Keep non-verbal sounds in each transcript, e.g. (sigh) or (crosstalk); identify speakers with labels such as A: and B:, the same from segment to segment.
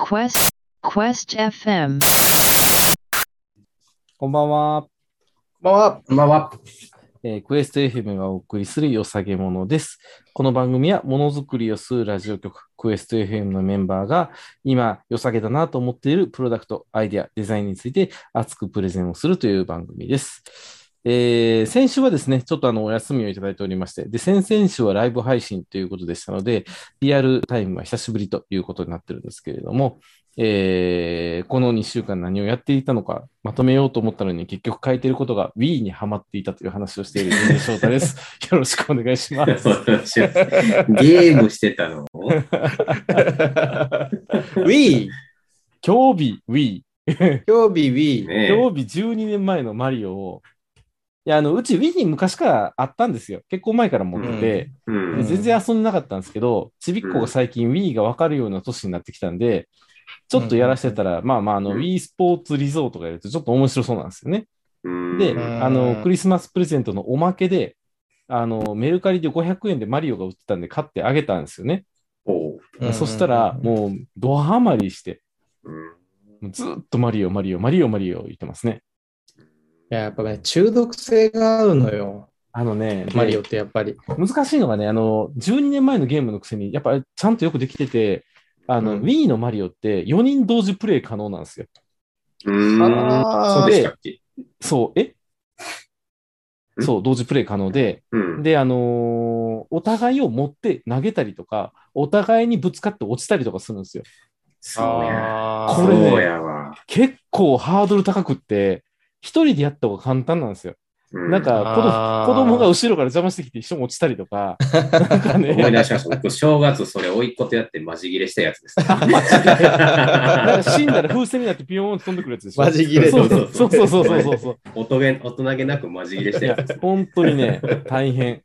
A: Quest Quest FM
B: こんばんは、
C: こんばんは。
D: こんばんは。
B: えークエスト FM がお送りするよさげものです。この番組はものづくりをするラジオ局クエスト FM のメンバーが今よさげだなと思っているプロダクト、アイデア、デザインについて熱くプレゼンをするという番組です。えー先週はですね、ちょっとあのお休みをいただいておりまして、で、先々週はライブ配信ということでしたので、リアルタイムは久しぶりということになってるんですけれども、えーこの2週間何をやっていたのか、まとめようと思ったのに結局書いてることが Wii にはまっていたという話をしている井上翔太です。よろしくお願いします。
D: ゲームしてたの
B: Wii! 今日日 Wii!
C: 今日日 Wii。
D: ねえ
B: 今日日12年前のマリオを、いや、あの、うち Wii に昔からあったんですよ。結構前から持ってて、
D: う
B: で
D: ん。
B: 全然遊んでなかったんですけど、ちびっ子が最近 Wii がわかるような年になってきたんで、ちょっとやらせてたら、まあまあ、あの、
D: うん
B: Wii スポーツリゾートがやるとちょっと面白そうなんですよね。
D: うん
B: で、
C: ん
B: あの、クリスマスプレゼントのおまけで、あの、メルカリで500円でマリオが売ってたんで買ってあげたんですよね。
D: おう
B: そしたら、
C: う
B: もう、ドハマりして、
D: うん
B: もうずっとマリオ、マリオ、マリオ、マリオ言ってますね。
C: いや、やっぱね、中毒性があるのよ。
B: あのね、
C: マリオってやっぱり。
B: 難しいのがね、あの、12年前のゲームのくせに、やっぱりちゃんとよくできてて、あの、
C: うん
B: Wii のマリオって4人同時プレイ可能なんですよ。
D: うん
C: あー
D: そうでしたっけ
B: そう、え
D: ん
B: そう、同時プレイ可能で、
D: うん。
B: で、あのーお互いを持って投げたりとか、お互いにぶつかって落ちたりとかするんですよ。
D: そうや。
C: ー
B: これね
D: そうやわ。
B: 結構ハードル高くって、一人でやった方が簡単なんですよ。
D: う
B: なんか
C: あー
B: 子供、子供が後ろから邪魔してきて一緒に落ちたりと
C: (laughs)
B: か、なんか
D: 思い
B: ね、
D: 出しました。僕、正月、それ、甥いっ子とやって、マジ切れしたやつです。 (laughs)
B: なんか死んだら風船になってピヨーンと飛んでくるやつでしょ。
C: マジ切れ
B: そう
C: る。
B: そうそうそうそうそうそうそう。
D: 大人げ大人げなくマジ切れし
B: い
D: たや
B: や
D: つです。、
B: 本当にね、大変。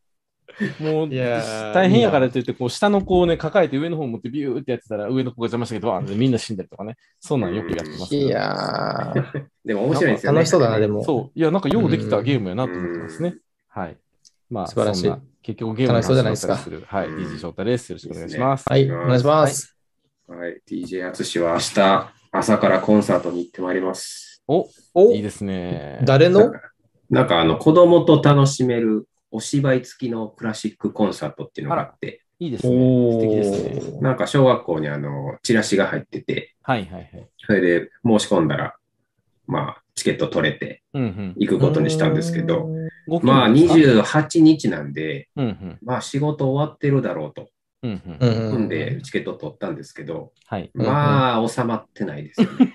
B: もう
C: いやー
B: 大変やからといって、こう下の子をね、抱えて上の方持ってビューってやってたら、上の子が邪魔してきて、わーってみんな死んだりとかね、そんなんよくやってますけど。
C: いやー、
D: でも、面白いですよね。
C: 楽しそうだな、でも。
B: そう。いや、なんかようできた
C: うん
B: ゲームやなと思ってますね。はい。まあ、
C: 素晴らしい
B: そんな結局ゲームの
C: 楽しそうじゃないですか
B: 話をしたりるはい。
D: うん
B: DJ 翔太です。よろしくお願いします。
C: はい、お願いします。
D: はい。DJ 淳は明日、朝からコンサートに行ってまいります。
B: お、
C: お
B: いいですね。
C: 誰
D: なん
C: の
D: か、なんかあの、子供と楽しめるお芝居付きのクラシックコンサートっていうのがあって、
B: いいですね。素
C: お
B: 敵
C: ー
B: ですね。
D: なんか小学校にあの、チラシが入ってて、
B: はいはいはい。
D: それで申し込んだら、まあ、チケット取れて
B: うんうん。
D: 行くことにしたんですけど、
B: ご近
D: まあ、
B: 所ですか。
D: 28日なんで、
B: うんうん。
D: まあ、仕事終わってるだろうと、
B: うんう。
C: うんん。うん
D: んで、チケット取ったんですけど、
B: はい。
C: うん
D: まあ、収まってないですよね。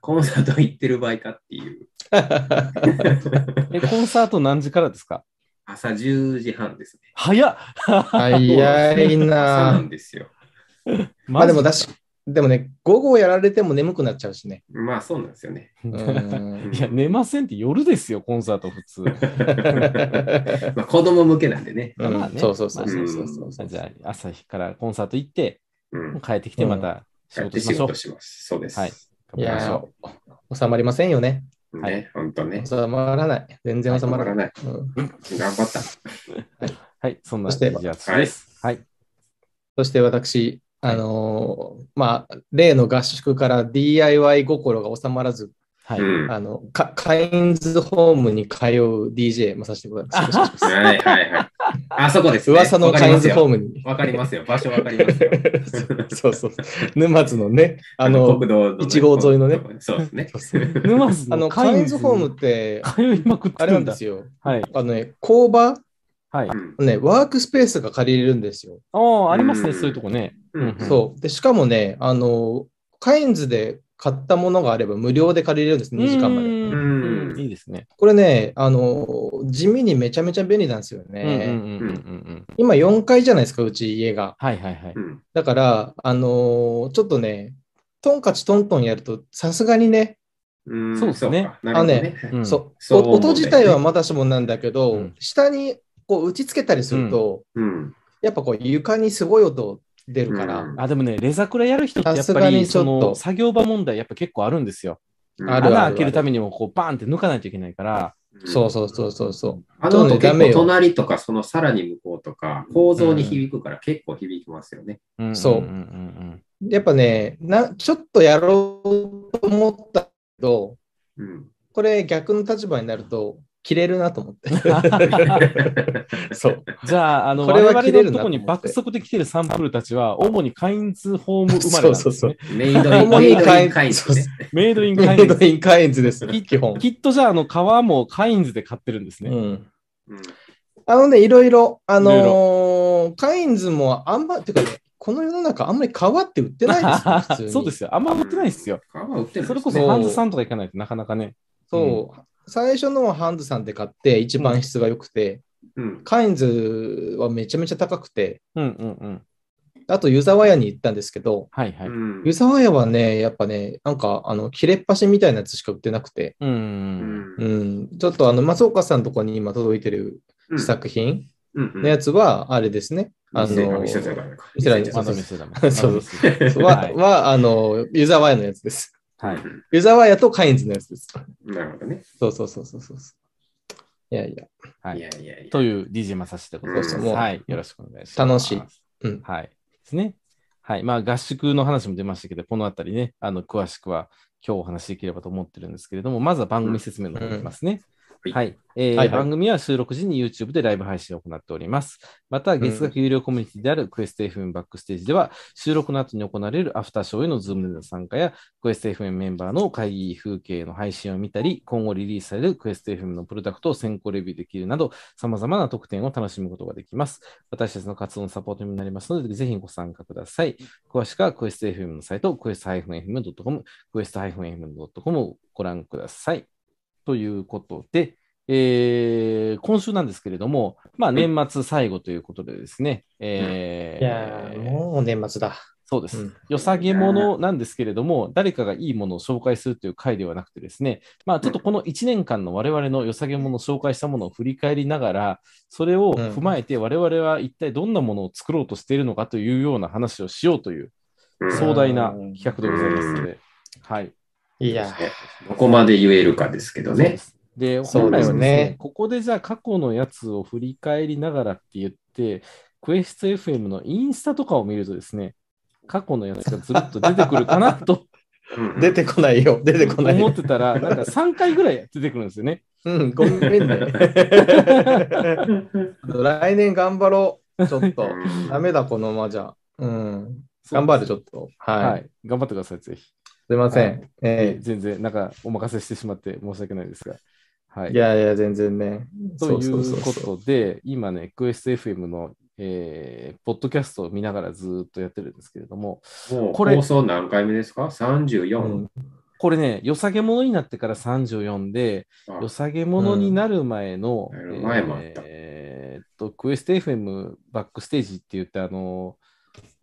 D: コンサート行ってる場合かっていう。
B: え、コンサート何時からですか
D: 朝10時半ですね。
B: 早っ
C: 早い
D: そうな
C: な
B: (laughs)
C: ー
D: ん。ですよ。
B: ま
C: まあでも、だし、でもね、午後やられても眠くなっちゃうしね。
D: まあ、そうなんですよね。
C: (laughs) うん
B: (laughs) いや、寝ませんって夜ですよ、コンサート普
C: (laughs)
B: 通。
D: まあ、子供向けなんでね。
C: う
B: まあ
C: ん
B: ね
C: そうそうそうそうそうそう
B: じゃあ、朝日からコンサート行って、
D: うん。
B: 帰ってきてまた仕
D: やっ
B: 事
D: て
B: しま
D: 仕
B: しょう
D: 事。します。そうです。
B: はい頑
C: い
B: 張りましょ
C: や
B: う。
C: ー、収まりませんよね。
B: はい
D: ね、本当ね。
C: 収まらない。全然収まらない。
D: ない。
C: うん
D: 頑張った。
B: はい、そんな
C: そして
B: じゃあ次です。はい。
C: そして私、あのーまあ、例の合宿から DIY 心が収まらず、
B: はい。
D: うん。は
C: あの、カカインズホームに通う DJ もさせてもらいます。
D: いはいはい。あそこです、ね。
C: (laughs) 噂のカインズホー
D: ム。
C: ムに。
D: わかりますよ。場所わかりますよ。
C: そうそう。沼津のね、 (laughs) あの、
D: 国道のね
C: 一号沿いのね。
D: そうです
C: (laughs)
D: ね。
B: 沼津
C: あ
B: の
C: のカインズホームっ
B: ム
C: て、
B: 通いまくって
C: あれな
B: るん
C: ん
B: だ
C: で。すよ。
B: はい。
C: あのね、工場、
B: はい。
D: うん
C: ね、ワークスペースが借りれるんですよ。
B: ああ、ありますね、
D: うん
B: そういうとこね。
D: うん
C: そう。で、しかもね、あの、カインズで買ったものがあれば無料で借りれるんです、2時間まで。
B: う
D: うん
B: んいいですね。
C: これね、あの、地味にめちゃめちゃ便利なんですよ
B: うんうんうん
C: ね。
B: うんうん。
C: 今4階じゃないですか、うち家が。
B: はいはいはい。
D: うん
C: だから、あのーちょっとね、トンカチトントンやると、さすがにね、
D: うん
B: そうですね
D: かなるほどね。
B: うん
C: そう、
D: そう
C: お音自体はまだしもなんだけど、
B: うん
C: 下にこう打ちつけたりすると、
D: うん。
C: やっぱこう床にすごい音出るから、
D: うん
B: あ、でもね、レザクラやる人ってや
C: さ
B: っ
C: す
B: ぱ
C: が
B: り、
C: にちょ
B: そ
C: っと
B: の、作業場問題やっぱ結構あるんですよ。
C: ある
B: 穴
C: あ
B: 開
C: る
B: けるためにも、こう、バーンって抜かないといけないから。
C: そうそうそうそうそう。
D: あの
C: ちょ
D: 音
C: っとね
D: 結
C: ダメ
D: 構
C: よ
D: 隣とか、そのさらに向こうとか、構造に響くから結構響きますよね。
B: うん
C: そう
B: うんうんうん
C: やっぱねな、ちょっとやろうと思ったけど、
D: うん。
C: これ逆の立場になると、切れるなと思って。 (laughs) そう。
B: じゃあ、あの、
C: こ
B: 我
C: れは
B: 々
C: 切れ
B: のと
C: るなと
B: こ
C: 思って
B: に爆速で来てるサンプルたちは、主にカインズホーム生まれなんです、ね。
C: そうそうそう
D: メイドイン、
C: 主
D: メイ
C: に
D: ド
C: カ
D: イ
C: イ
D: ン
C: ン
D: カイン
C: そう
D: ね。
B: メイドインカ
C: メ
B: イ
C: イ
B: ン
C: ド
B: ズ。
C: インカインズです、基本。
B: きっとじゃあ、あの、革もカインズで買ってるんですね。
C: うん
D: うん
C: あのね、いろいろ、あのー
B: い
C: カインズもあんま、てかね、この世の中あんまり皮って売ってな
B: (laughs)
C: いですよ、普通に。
B: そうですよ。あんま売ってないですよ。。
D: 皮は売ってない。
B: それこ
C: そ
B: そ、
C: う
B: ハンズさんとか行かないとなかなかね。
C: そう。最初のはハンズさんで買って、一番質が良くて、
D: うん。
C: カインズはめちゃめちゃ高くて、
B: うんうんうん。
C: あと湯沢屋に行ったんですけど、
B: はいはい。うん
D: うん
C: 湯沢屋はね、やっぱね、なんか、あの、切れっ端みたいなやつしか売ってなくて、
B: うん
D: う
B: うん。
D: ん
C: うん、ちょっとあの、松岡さんのとこに今届いてる
D: うん
C: 作品
D: うんうん
C: のやつは、あれですね、あの
D: 店あ店じゃないか
C: 店じゃない
B: まだ見せダメ。まだ見
C: (laughs)
B: せダメ
D: (laughs)
C: は
B: は、い。
C: は、あの、湯沢屋のやつです。
B: はい。
C: 湯沢屋とカインズのやつです。
D: うんなるほどね。
C: そうそうそうそうそう。いやいや、
B: はい
D: いやいやいや。
B: という DJ まさしでございます。
D: そう
C: そう
B: はい。よろしくお願いします。
C: 楽しいうん
B: はい。ですね。はい。まあ、合宿の話も出ましたけど、このあたりね、あの、詳しくは今日お話しできればと思ってるんですけれども、まずは番組説明の方いきますね。
D: うん
B: はい、えー
C: はいはい
B: 番組は収録時に YouTube でライブ配信を行っております。また、月額有料コミュニティであるクエスト FM バックステージでは、収録の後に行われるアフターショーへのズームでの参加や、クエスト FM メンバーの会議風景の配信を見たり、今後リリースされるクエスト FM のプロダクトを先行レビューできるなど、さまざまな特典を楽しむことができます。私たちの活動のサポートになりますので、ぜひご参加ください。詳しくはクエスト FM のサイト、クエスト -FM.com、クエスト -FM.com をご覧ください。ということで、えー今週なんですけれども、まあ、
D: ん
B: 年末最後ということでですね、え
C: いやー、もう年末だ。
B: そうです、
C: うん
B: 良さげものなんですけれども、誰かがいいものを紹介するという回ではなくてですね、まあ、ちょっとこの1年間の我々の良さげものを紹介したものを振り返りながら、それを踏まえて、我々は一体どんなものを作ろうとしているのかというような話をしようという
D: うん
C: そう
B: 壮大な企画でございますので、はい。
C: いや
D: どこまで言えるかですけど
B: そうで
D: ね。
B: す。で、
C: そ
B: 本
C: う
B: 来
C: で
B: はです
C: ね
B: ね、ここでじゃあ過去のやつを振り返りながらって言って、クエスト FM のインスタとかを見るとですね、過去のやつがずるっと出てくるかなと
D: うん
C: ー、出てこないよ、出てこない
B: 思
C: よ
B: っ。てたら、なんか3回ぐらい出てくるんですよね。
C: うん、ごめんね。 (laughs) 来年頑張ろう。ちょ
D: (laughs)
C: っと。ダメだ、このままじゃ。うん。 (laughs) 頑張る、ち
B: ょっ
C: ょっと。はい。
B: はい。頑張ってください、ぜひ。
C: すいません。
B: え
C: え
B: 全然、なんかお任せしてしまって申し訳ないですが。は
C: え
B: い。
C: いやいや、全然ね。
B: とい
C: そうそうう
B: こ
C: そうそう
B: とで、今ね、クエスト FM の、えーポッドキャストを見ながらずーっとやってるんですけれども、
D: もう
B: これ
D: 放送何回目ですか
C: う
D: ?34?
C: ん
B: これね、良さげものになってから34で、
D: あ
B: 良さげものになる前の、
D: うんなる前もあった
B: えーっと、クエスト FM バックステージって言って、あの、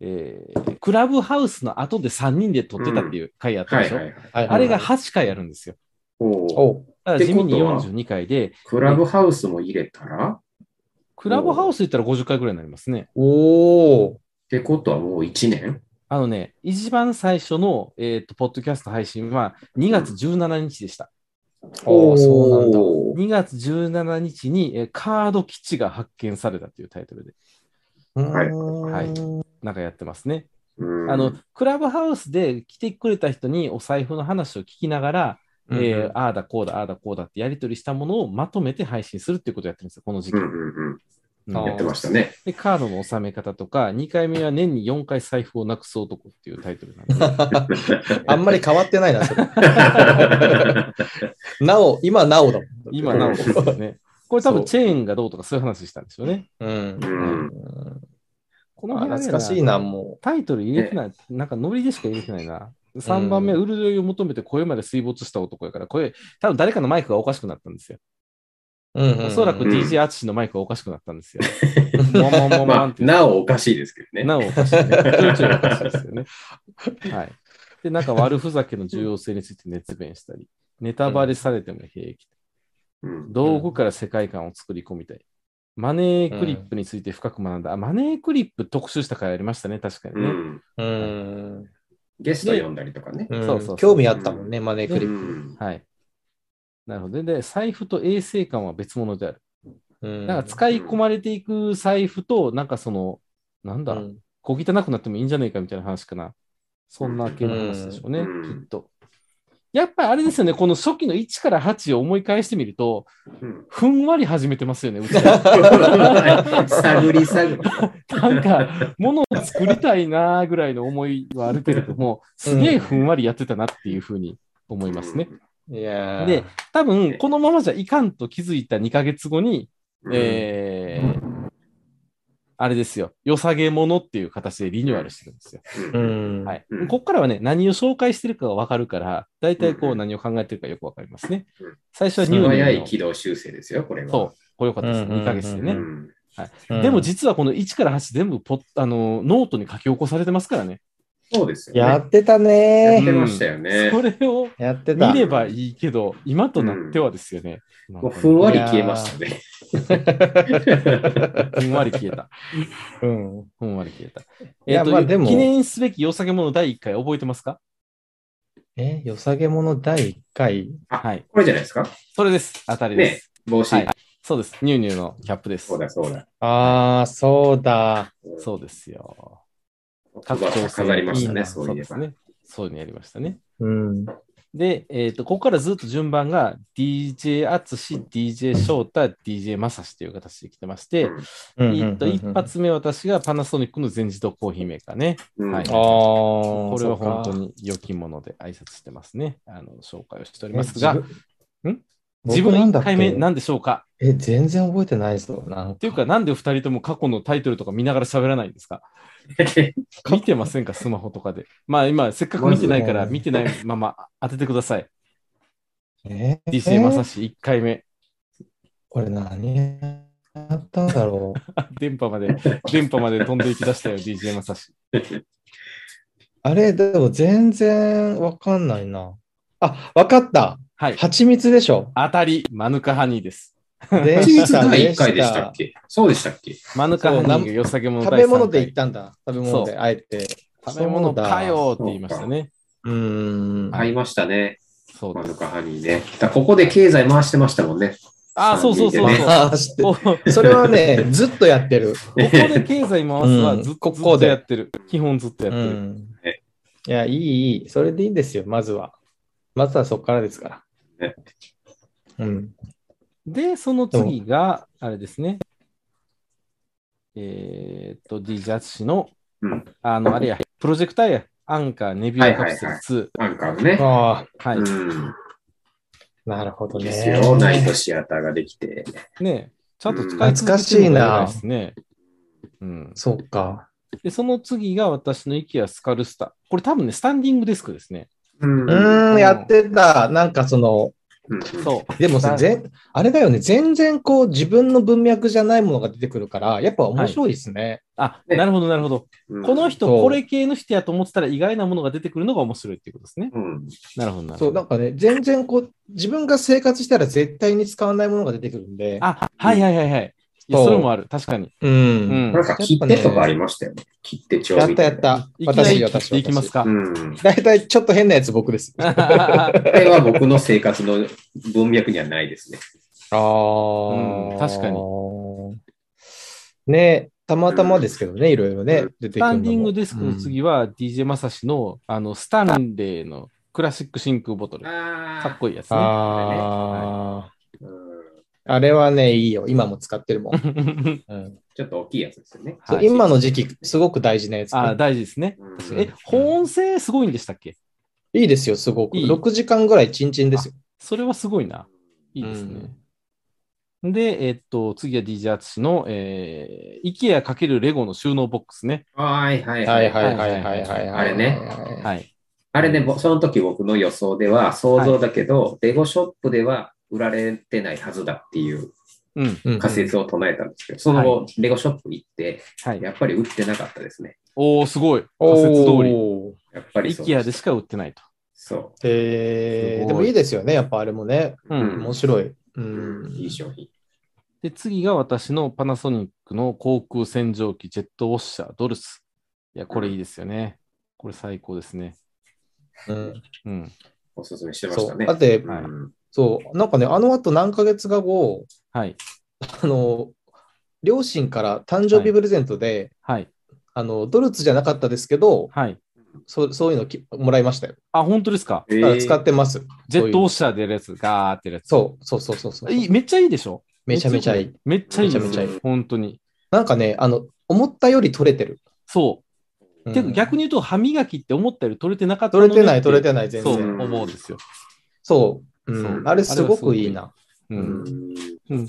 B: えークラブハウスの後で3人で撮ってたっていう回やった
D: は
B: で
D: い
B: しょ、
D: はいはい。
C: はい
B: あれが8回あるんですよ。
D: おう
C: おう
B: だから地味に
D: ってことは
B: 42回で、
D: クラブハウスも入れたらっ
B: クラブハウス行ったら50回ぐらいになりますね。
C: おー
D: てことはもう1年
B: あのね、一番最初の、えーっと、ポッドキャスト配信は2月17日でした。
C: おーそうなんだ。
D: おー
B: 2月17日に、えーカード基地が発見されたというタイトルで、
D: はいう
C: ーん
B: はいなんかやってますね。
D: うん
B: あの、クラブハウスで来てくれた人にお財布の話を聞きながら、
C: うんうん
B: えーああだこうだ、ああだこうだってやり取りしたものをまとめて配信するっていうことをやってるんですよ、この時期。
D: うんうん
B: うん
D: うん、やってま
C: し
D: した
C: (laughs)
D: ね。
B: で、カードの納め方とか、2回目は年に4回財布をなくす男っていうタイトルなんで、
C: あんまり変わってない (laughs) な、それなお、今なおだもん。
B: 今なおですね。これ多分チェーンがどうとかそういう話したんでしょうね。
C: うん。
D: うん
B: この
C: あ
B: 辺はね
C: 懐かしいな、も
B: タイトル入れてない、なんかノリでしか入れてないな。3番目、潤いを求めて声まで水没した男やから、これ、多分誰かのマイクがおかしくなったんですよ。
C: う。うんうん
B: おそらく
D: うん
B: DJ アツシのマイクがおかしくなったんですよ。もんもんもんもん
D: ま
B: っ
D: あ、
B: て
D: なおおかしいですけどね。
B: なおおかしいね。ちょいちょいおかしいですよね。はい。で、なんか悪ふざけの重要性について熱弁したり、ネタバレされても平気。
D: うん
B: 道具から世界観を作り込みたい。マネークリップについて深く学んだ。あマネークリップ特集したからやりましたね、確かに
D: う
B: ね。
D: ん
C: うん。
D: ゲスト呼んだりとかね。
C: うん
B: そうそうそう
C: 興味あったもんね、マネー
D: う
C: クリッ
D: ん
B: はい。なるほど。で、財布と衛生感は別物である。
C: プ。うん
B: なんか使い込まれていく財布と、なんかその、なんだ、
C: うん
B: 小汚くなってもいいんじゃないかみたいな話かな。そんな系の話でしょうね、
D: うん
B: きっと。やっぱりあれですよね、この初期の1から8を思い返してみると、
D: うん
B: ふんわり始めてますよね、う
D: (laughs)
B: ちら
D: 探り探り。
B: なんか、ものを作りたいなぐらいの思いはあるけれども、すげえふんわりやってたなっていうふうに思いますね。
C: いやー
B: で、多分このままじゃいかんと気づいた2ヶ月後に、
D: うん。
B: えーあれですよ、良さげものっていう形でリニューアルしてるんですよ。
D: うん
C: うん。
B: はい
D: うん、
B: ここからはね、何を紹介してるかが分かるから、大体こ
D: う
B: うん何を考えてるかよく分かりますね
D: うん。
B: 最初は
D: 素
B: ニュ
D: 早
B: ー
D: い
B: の
D: 軌道修正ですよ、これは。
B: そう、これよかったです。
C: うんうんうん
B: 2ヶ月でね
D: う。ん
B: でも実はこの1から8全部ポッあのノートに書き起こされてますからね。
D: そうですよね。
C: やってた
D: やっ
C: ね
D: てましたよね。
B: それを
C: ー。やってた
B: 見。ればいいけど、今となってはですよね。なん
D: も
B: か
D: うふんわり消えましたね。
B: ふんわり消えた。
C: うん。
B: ふんわり消え
D: (laughs)
B: た。
C: いや
B: えっと
C: まあでも
B: 記念すべき良さげもの第1回覚えてますか
C: え、よさげもの第1回。
B: はい。
D: これじゃないですか
B: それです。当たりです。
D: 帽子。
B: はいそうです。ニューニューのキャップです
D: そう。だそうだ。
C: あー、そうだ。
B: そうですよ。
D: 各場飾りました
C: いい
D: ね、
C: な
D: そういえ
B: です
D: ば。
B: ね。そういうのやりましたね。
C: うん。
B: で、えっとここからずっと順番が DJ アツシ、DJ 翔太、DJ マサシという形で来てまして、
C: うんうんうん
B: えっと一発目私がパナソニックの全自動コーヒーメーカーね。
D: うん
B: はい
C: ああ、こ
B: これは本当に良きもので挨拶してますね。あの紹介をしており
C: ま
B: ますが、自
C: 僕
B: 分
C: なんだ
B: 1
C: っけ
B: 回目何でしょうか
C: え、全然覚えてないぞ。なん
B: っ
C: か
B: ていうか、なんで2人とも過去のタイトルとか見ながら喋らないんですか見てませんか、スマホとかで。まあ今、せっかく見てないから、
C: まずね
B: 見てないまま当ててください。
C: え
B: (laughs)
C: ー
B: DJ まさし1回目。
C: これ何やったんだろう。 (laughs)
B: 電波まで、電波まで飛んでいきだしたよ、DJ まさし。
C: あれ、でも全然わかんないな。あ、わかった。
B: はい。
C: 蜂蜜で
B: (laughs)
C: しょ。
B: 当たり、マヌカハニーです。
C: で
D: 一
C: し
D: 日
C: た
D: 第1回でしたっけそうでしたっけ
B: マヌカハニーが良さげもの
C: 食
B: 第
C: べ
B: 3回
C: 物で言ったんだ。食べ物
B: そ
C: で、あえて。
B: 食べ物かよって言いましたね。
C: そうだ。うーん。
D: ありましたね。
B: そう
D: マ
B: です
D: ヌカハニーね。だからここで経済回してましたもんね。
B: あー、そうそうそうそ
D: 三
B: う。
D: 人
C: (laughs) ああ、知って
B: ここ
C: る。それはね、ずっとやってる。
B: こで経済回すはずっと
C: うん
B: ず
C: ここ
B: っと
C: で
B: やってる。基本ずっとやっ
C: う
B: てる。
C: ん
D: え。
C: いや、いい、いい。それでいいんですよ、まずは。まずはそこからですから。
D: ね
C: うん。
B: で、その次が、あれですね。えーっと、DJ 淳の
D: うん、
B: あの、あれや、プロジェクターや、アンカー、ネビューカプセル2。
D: アンカーのね。
C: ああ、
B: はい。
D: うん。
C: なるほどね。
D: ですよ。ナイトシアターができて。
B: ねえ、ちゃんと使い
D: う
B: 続けてるの
D: ん
B: が偉
C: 懐かしいな
B: ですね。うん、
C: そうか。
B: で、その次が私の息はスカルスタ。これ多分ね、スタンディングデスクですね。
D: うん
C: うーん、やってた。なんかその、
D: そ
B: そう。
C: でもさ、
B: だ
C: 全あれだよね、全然こう自分の文脈じゃないものが出てくるから、やっぱ面白いですね。
B: あ、
D: ね
B: なるほど、なるほど。
D: うん。
B: この人、
C: そう
B: これ系の人やと思ってたら意外なものが出てくるのが面白いっていうことですね。
D: うん。
B: なるほど、なる
C: そ
B: ほ
C: う、なん
B: ど。
C: かね、全然こう、自分が生活したら絶対に使わないものが出てくるんで。
B: あ、はいはいはいはい。いや
C: そう
B: それもある。確かに。
C: う。
B: うんん
D: なん。か切手とかありましたよね。切手帳
C: やっ
D: みた
C: た
D: い
C: や
D: な。
C: っ。た。
B: いきな
C: 私、
B: り切っ
C: 私、
B: ていきますか (laughs)
D: う。ん。
C: 大体ちょっと変なやつ僕です。あ
D: これは僕の生活の文脈にはないですね。
C: あ
B: うん確かに。
C: ねたまたまですけどね、いろいろね、出
B: ス
C: てくるの
B: タ
C: も
B: ンディングデスクの次は DJ まさしの、あの、スタンレーのクラシック真空ボトル。か
D: あ
B: っこいいやつ
C: あ
B: ね。
D: い
C: あ
D: い。うん
C: ー、あれはね、いいよ。今も使ってるも
B: (laughs)
C: ん。うん
D: ちょっと大きいやつですよね。
C: そう
B: はい
C: 今の時期、すごく大事なやつね、
B: あ、大事ですね。
D: うん
B: え、保温性すごいんでしたっけ
C: いいですよ、すごく。
B: いい
C: 6時間ぐらいチンチンですよ。
B: それはすごいな。いいですね。で、えっと、次は DJ アツシの、えー、IKEA× レゴの収納ボックスね。
D: はいはい
C: はいはいいはいはいはい。
D: あれね
C: はい。
B: はい。
D: あれね、ぼその時僕の予想では、想像だけど、レゴショップでは売られてないはずだっていう
B: うん。
C: うん
D: 仮説を唱えたんですけど、その後、レゴショップ行って、
B: はい。
D: やっぱり売ってなかったですね。
B: おおすごい。仮説通り。
C: おー
D: やっぱりそう。
B: IKEA でしか売ってないと。
D: そ
C: へ
B: すごい
C: ーでもいいですよね、やっぱあれもね。
B: うん
D: うん
C: 面白い。う
D: う。うんん、いい商品。
B: で、次が私のパナソニックの航空洗浄機、ジェットウォッシャー、ドルス。いや、これいいですよね。これ最高ですね。
C: うん
B: うん。
D: おすすめしてまし
C: そ
D: た
C: う
D: ね。
C: だって
D: う、
B: はい
D: ん
C: そう、なんかね、あの後何ヶ月か後、
B: はい。
C: あの、両親から誕生日プレゼントで、
B: はい。
C: あの、ドルツじゃなかったですけど、
B: はい。
C: そうそういうのきもらいましたよ。
B: あ、本当ですか。
D: え
C: だから使ってます。
B: ジェットオー
C: そういう
B: シャーでやるやつ、ガーってやるやつ。
C: そうそうそうそうそう
B: いいめっちゃいいでしょ
C: めちゃめちゃいい。。
B: めっちゃいいです。
C: めちゃめちゃい
D: い
B: 本当に。
C: なんかね、あの、思ったより取れてる。
B: そうう。
C: ん
B: てか逆に言うと、歯磨きって思ったより取れてなかったの
C: 取
B: ね
C: れてない、
B: っ
C: 取れてない、全
B: そ
C: 然。
B: う、思うんですよ。
C: そう。う、
B: そうん
C: あれすごくいいな。
B: う。
D: うんん
B: うん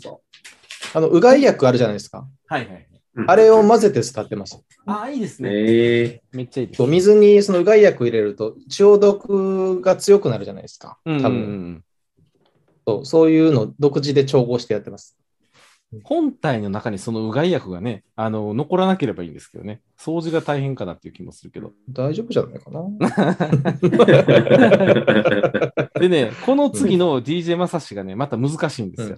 C: あの、うがい薬あるじゃないですか。
B: はいはい。
C: あれを混ぜて使ってます。
B: あ、いいですね。
D: ええ
B: めっちゃいいです。
C: お水にそのうがい薬入れると、中毒が強くなるじゃないですか。
B: う
C: 多
B: んうんう
C: 分、
B: ん。
C: そうそういうのを独自で調合してやってます。
B: 本体の中にそのうがい薬がね、あの、残らなければいいんですけどね。掃除が大変かなっていう気もするけ
C: (laughs)
B: ど。
C: 大丈夫じゃないかな。
B: でね、この次の DJ まさしがね、また難しいんですよ。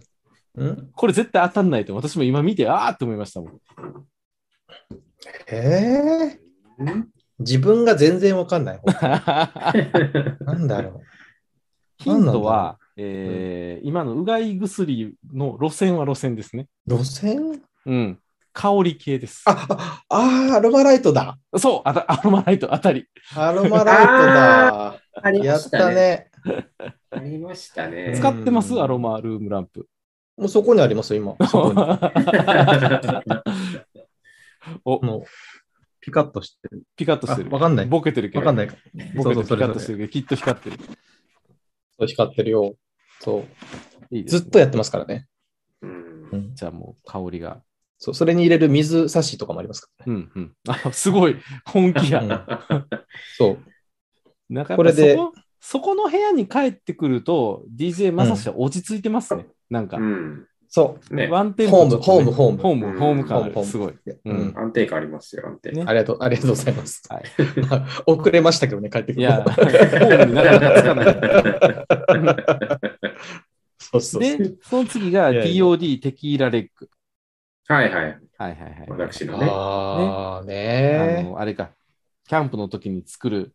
C: うん、
B: これ絶対当たんないと、私も今見て、あーって思いましたもん。
C: えー、自分が全然わかんない。
B: (laughs)
C: なんだろ
B: ヒントは、えー今のうがい薬の路線は路線ですね。
C: う。路線
B: うん。香り系です。
C: あ、ああー、アロマライトだ。
B: そう、あたアロマライトあたり。
C: アロマライトだ。
D: あり
C: や
D: ま
C: っ
D: した
C: た
D: ね。
C: ね。
D: ありましたね。
B: 使ってます
C: うん
B: アロマルームランプ。
C: もうそこにあります
B: (laughs)
C: よ、今。 (laughs) そこに
B: お、
C: もうピカッとしてる。
B: ピカッとしてる
C: あ。わかんない
B: ボケてるけ
C: わ
B: ど。
C: かんないか。
B: ボ
C: そ
B: ケて
C: うそう、
B: る
C: そ
B: ピカッ
C: れそれ
B: としてるけど、きっと光ってる。
C: そう光ってるよ。そう。
B: いいです
C: ず
B: ね
C: っとやってますからね。
D: うん
B: じゃあもう香りが。
C: そうそれに入れる水差しとかもありますからね。
B: うんうん。 (laughs) あ、すごい。本気や。
C: そう。
B: なんかやっぱ
C: これで
B: そこ、そこの部屋に帰ってくると、DJ まさしは落ち着いてますね。なんか
D: う、ん。
C: そ
D: ね。
B: ワンテン
C: ホー
B: ポ
C: ム
B: ちょっとね
C: ホームホ
B: ホー
C: ー
B: ム、
D: ム
B: ホーム感あ
C: ホー
B: る。
C: ム
B: すごい。
C: う。
B: う
C: うんん。
D: 安定感ありますよ、安定
B: ね
D: 感。
C: ありがとう、ありがとうございます。 (laughs)
B: はい
C: 遅れましたけどね、帰って
B: い
C: くる
B: や、
C: の。
B: ホームになかなかつかない。
C: (laughs) そうそうそう。
B: で、その次が
C: いやいや
B: DOD テキーラレック。
D: (laughs) はいはい。
B: はいはいはい。
D: 私のね。
C: ああ、ね
B: あ
C: え。
B: の、あれか。キャンプの時に作る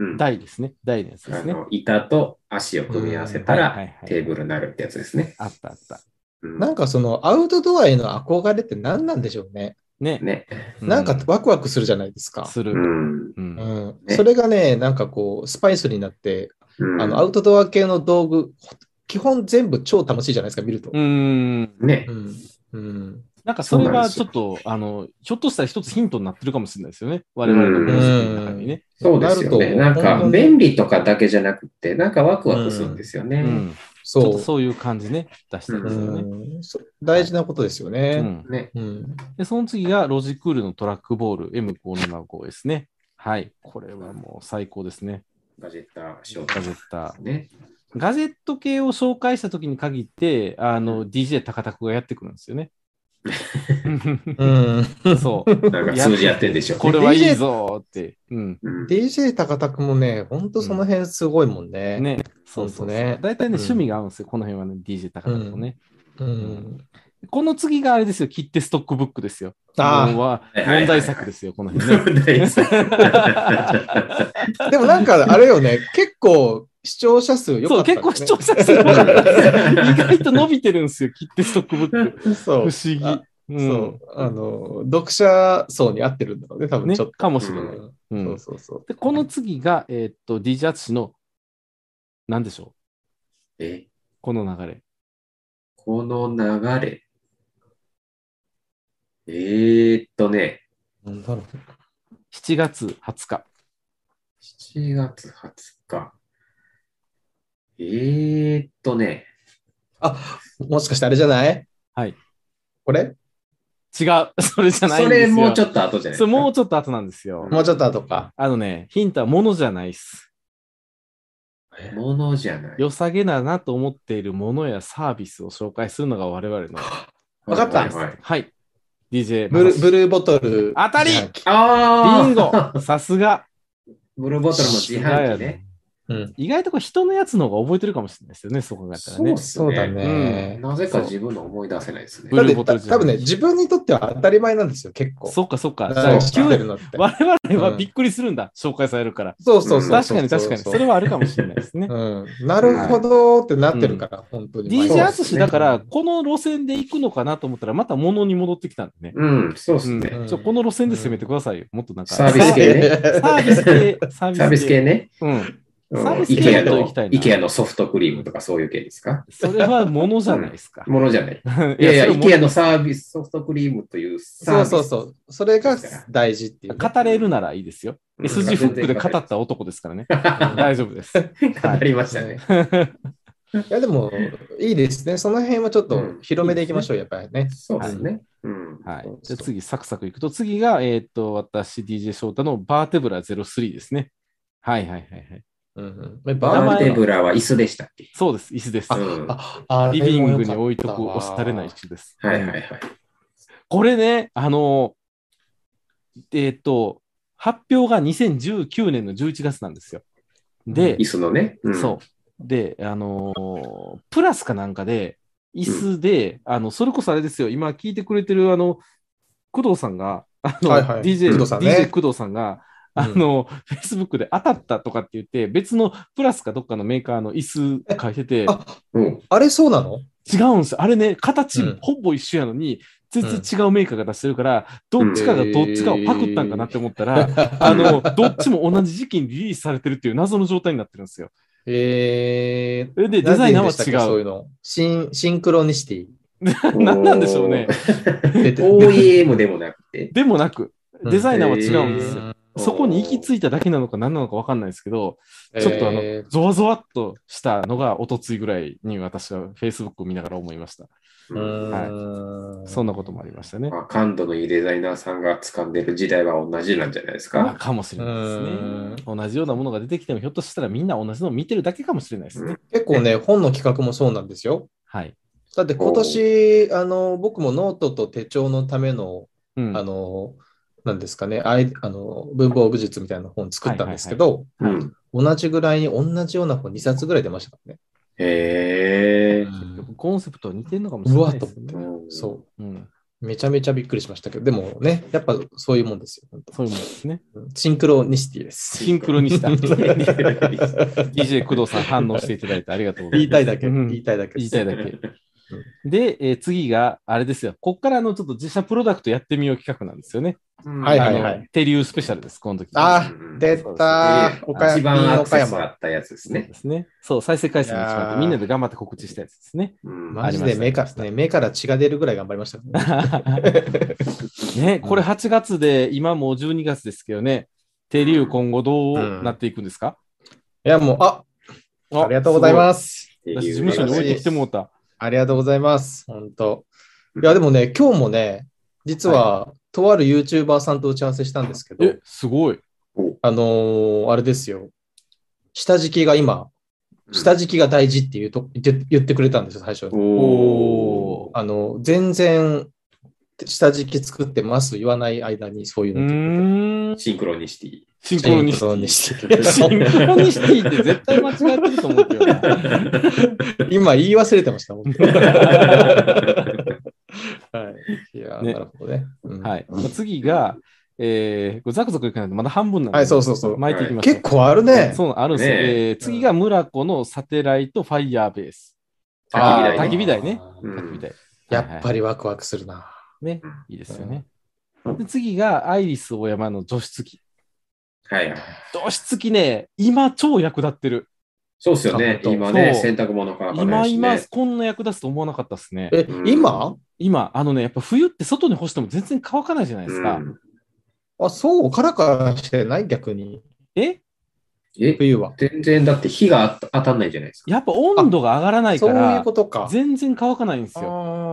D: うん
B: 台ですね。台のやつで
D: あ
B: すね。
D: の板と足を組み合わせた
B: はい
D: ら
B: はいはい
D: テーブルになるってやつですね。
B: あったあった。
D: うん
C: なんかそのアウトドアへの憧れって何なんでしょうね。
B: ね。
D: ね。
C: なんか
B: う
C: ワクワクするじゃないですか。
B: す
D: う
B: る。
D: ん。
B: うん
C: うん。
D: ね
C: それがね、なんかこう、スパイスになって、
D: うん
C: あの、アウトドア系の道具、基本全部超楽しいじゃないですか、見ると
B: う。ーん。
D: ね
C: う。ん。うん。
B: なんかそれがち
D: そ
B: ょっと、あの、ひょっとしたら一つヒントになってるかもしれないですよね。我々の分析の中にね。
D: そうですよね。な
C: なる
D: ん
C: と
D: か便利とかだけじゃなくて、なんかワクワクするんですよ
B: う
D: ね。
B: ん。ちょっ
C: そ
B: と
C: う。
B: そういう感じね、出してるんですよね。
C: うんそ大事なことですよ
B: う
C: ね。
B: ん。
D: ね。
C: うん。
B: で、その次がロジクールのトラックボール M575 ですね。はい。これはもう最高ですね。
D: ガジェッターショ
B: ガジ
D: ー
B: ェッタ
D: ト。ね。
B: ー。ガジェット系を紹介したときに限って、あの、DJ 高田くがやってくるんですよ
C: (laughs)
B: ね。
C: うん。
B: そう。
D: なんか数字やってんでしょうね。
B: これはいいぞーって。うん。
D: うん
C: DJ 高田くんもね、ほんとその辺すごいもんね。
B: ね。そうそうそう。
C: ほんとね
B: 大体ね、
C: うん
B: 趣味が合うんですよ。この辺はね、DJ 高田とね。
C: うん。
B: この次があれですよ。切手ストックブックですよ。は
C: あ
D: はいはいはい
B: 問題作ですよ、この
C: (laughs)
B: 辺ね。
D: (laughs) 大好き
C: あ、でもなんかあれよね、 (laughs) 結構視聴者数よ
B: そう、
C: かった、
B: 結
C: ね。
B: 構視聴者数多かったです。意外と伸びてるんですよ、切手ストックブック。不
C: 者数。そ
B: 思
C: う。
B: 議。
C: あ
B: うん
C: そう。あの、読者層に合ってるんだろうね、多分
B: ね
C: ちょっと。、
B: かもしれない。う
C: うんんそうそうそう。
B: でこの次が、えーっと、DJ 淳の、なんでしょう、
D: (laughs) え、
B: この流れ。
D: この流れ。えー、っとね、
C: なんだろう。
B: 7月20日。
D: 7月20日。えー、っとね、
C: あ、もしかしてあれじゃない
B: はい。
C: これ
B: 違う、 (laughs) それじゃない
D: そ
B: んで
D: れ
B: すよ。
D: もうちょ
B: っ
D: っと後じゃないです
B: そ
D: か。
B: れもうちょっと後なんですよ。
C: もうちょっと後か。
B: あのね、ヒントはものじゃないっす。
D: ものじゃない。
B: 良さげだなと思っているものやサービスを紹介するのが我々
C: (laughs)
B: の。
C: わかった
D: はいはいはい
B: はい。DJ
C: ブル
B: まさし
C: ブルーボトル。
B: 当たり
C: 自販機
D: ああ
B: ビンゴさすが
D: ブルーボトルの自販機ね。
C: うん。
B: 意外とこう人のやつの方が覚えてるかもしれないですよね、そこがやったらね。
D: っす
C: そうだね。
D: なぜか自分の思い出せないですね
B: ブ。
C: だっ
B: ルー
C: て
B: ボト
C: た
B: ルじゃな
C: 多
B: い
C: 分ね、自分にとっては当たり前なんですよ、結構。
B: そっかそっか。
C: だ
B: だ
C: か
B: からら
C: 知って
B: 急
C: る
B: に
C: のって。
B: 我々は
C: うん
B: びっくりするんだ、紹介されるから。
C: そうそうそう。
B: (laughs) 確かに確かに。それはあるかもしれないですね。
D: (laughs)
C: うん、なるほどってなってるから、本当に。
B: DJ
C: まあ
B: 淳だから、、この路線で行くのかなと思ったら、また物に戻ってきたんでね。
D: うん、そうっす
B: うん
D: ね。
C: ん
B: ちょこの路線で攻めてくださいよ。もっとなんか。
D: サービス系ね
B: サービス
D: (laughs)
B: 系。サービス系。
D: サービス系ね。
B: うん。
D: うん
B: サービス系
D: IKEA
B: ちょっと
D: の
B: 行きたいな
D: IKEA のソフトクリームとかそういう系ですか
B: それは物じゃないですか。
D: ものじゃない。
B: い
D: いやいや、
B: それも
D: IKEA のサービスソフトクリームというサ
C: そ
D: ー
C: う
D: ビス。
C: そうそう。それが大事っていう。
B: 語れるならいいですよ。
D: うん
B: S 字フックで語った男ですからね。大丈夫です。
D: 語りましたね。
C: いや、でも、いいですね。その辺はちょっと広めでいきましょう、やっぱりね。
D: (laughs) そうですね。うん。
B: はい
C: そう。
B: じゃあ次、サクサクいくと、次が、えーっと、私、DJ 翔太のバーテブラ03ですね。はいはいはいはい。
C: うんうん、
B: 名
D: バ
B: 前
D: ーテブラは椅子でしたっけ
B: そうです、椅子です
D: う。ん。は
C: ああ
B: リビングに置いとく、押したれない椅子です。
D: いはいは
B: うん
D: い。
B: これね、あの、えーっと、発表が2019年の11月なんですよ。で、
D: 椅子のね。うん
B: そう。で、あのープラスかなんかで、椅子で、あの、それこそあれですよ、今聞いてくれてる、あの、工藤さんが、あの、
C: はいはい
B: DJ、
C: 工藤さんね
B: DJ 工藤さんが、
C: うん
B: あの、Facebook で当たったとかって言って、別のプラスかどっかのメーカーの椅子書いてて、
C: あ
D: うん。
C: あれそうなの
B: 違うんですよ。あれね、形
C: うん
B: ほぼ一緒やのに、全然違うメーカーが出してるから、どっちかがどっちかをパクったんかなって思ったら、 (laughs) あの、どっちも同じ時期にリリースされてるっていう謎の状態になってるんですよ。
C: え
B: で、デ
C: ー、
B: ザイナー
C: なんて言うんでしたっけ
B: は違う
C: そうい。うの。シンシンクロニシティ。
B: 何 (laughs) なんでしょうね。
C: 出て
D: OEM でもなくて。
B: でもなく、
C: うん
B: デザイナーは違うんですよ。
C: よ。
B: (laughs) そこに行き着いただけなのか何なのか分かんないですけど、
C: えー
B: ちょっとあの、ゾワゾワっとしたのが、おとついぐらいに私は Facebook を見ながら思いました。
D: う
C: うんーん
B: そんなこともありましたね。
D: まあ感度のいいデザイナーさんが掴んでる時代は同じなんじゃないです
B: まあ
D: か。
B: かもしれないです
C: う
B: ね
C: ん。
B: 同じようなものが出てきても、ひょっとしたらみんな同じのを見てるだけかもしれないです
D: う
B: ね
D: ん。
C: 結構ね、本の企画もそうなんですよ。
B: はい。
C: だって今年、あの、僕もノートと手帳のための、
B: うん
C: あの、なんですかね、アイあの文房具術みたいな本作ったんですけど、
D: うん。
C: 同じぐらいに同じような本2冊ぐらい出ましたね。
D: へえ。
B: コンセプトは似てるのかもし
C: う
B: れ
C: わ
B: な
C: っ
B: い
C: と
B: で
C: 思っ
B: す
C: て、
B: ね。
C: そ
B: うん。
C: う。めちゃめちゃびっくりしましたけど、でもね、やっぱそういうもんですよ。本当
B: そういうもんですね。
C: シンクロニシティです。
B: (laughs) シンクロにした。 (laughs)
D: う
B: DJ 工藤さん反応していただいてありがとうございます。
C: (laughs) 言いたいだけ、
B: うん
C: 言いたいだけで
B: 言い
C: す。
B: たいだけ。で、えー次が、あれですよ。こっからあのちょっと自社プロダクトやってみよう企画なんですよね。
D: ん
C: はいはいはい
B: あの。テリウスペシャルです、この時。
C: あー、出たー。岡
D: 一番
C: 山。
D: アク
C: 岡
D: セスがあ
C: 山。
D: ったやつです
B: そうで
D: ね。
B: すね。そう、再生回数も一
C: いや
B: 番
C: ー
B: みんなで頑張って告知したやつです (laughs) ね。
D: うん
C: マジで目か、ね、目から血が出るぐらい頑張りましたからね、
B: ね、これ8月で、今もう12月ですけどね、テリウ今後ど
C: う
B: うんなっていくんですか、
C: いや、もう、あ
B: あ
C: ありがとうござい
B: す
C: ます。
D: ってい
B: ご
D: う
B: い。私、事務所に置いてきてもうた。
C: ありがとうございます。本当。いや、でもね、今日もね、実は、とある YouTuber さんと打ち合わせしたんですけど
B: え、、すごい。
C: あのーあれですよ。下敷きが今、下敷きが大事っていうと言って言ってくれたんですよ、最初に。
D: おー。
C: あの、全然、下敷き作ってます、言わない間にそういう
B: う
C: の言ってくれて。
B: ーん。
D: シンクロニシテ
B: (laughs)
D: ィ。
B: シンクロニシテ
C: シン
B: ィ
C: クロニ。シテ
B: いやシンクロニシティって絶対間違ってると思うけどな。
C: ィ今言い忘れてました、本
B: (laughs)
C: 当はい。いやー、
B: ね
C: なるほどね。うん
B: (laughs) はい。次が、えー、これザクザクいかないとまだ半分なんで、
C: はいそうそうそう
B: 巻いていきましょう。
C: 結構あるね。
B: そうあるんですよ。
D: ね
B: えー次が村子のサテライトファイヤーベース。
D: 焚
C: あー
D: き火台
B: 焚き火台ね
D: うん
B: 焚き火台
C: やっぱ
B: り。
C: りワクワクするな。
B: ね。いいですよね。で次が、アイリス大山の除湿機。
D: はいはい。
B: 除湿機ね、今超役立ってる。
D: そうっすよね。
C: あ
D: 今ね、
B: そう
D: 洗濯物乾か
B: 今、
D: ないし
B: 今
D: ね。、
B: こんな役立つと思わなかったですね。
C: え、
D: うん
C: 今
B: 今、あのね、やっぱ冬って外に干しても全然乾かないじゃないですか。
D: うん
C: あ、そう、カラカラしてない逆に、
B: え
D: え、
C: 冬は。
D: 全然だって火が当たんないじゃないですか。
B: やっぱ温度が上がらない
C: そ
B: か
C: ういう
B: ら
C: こ、とか。
B: 全然乾かないんですよ。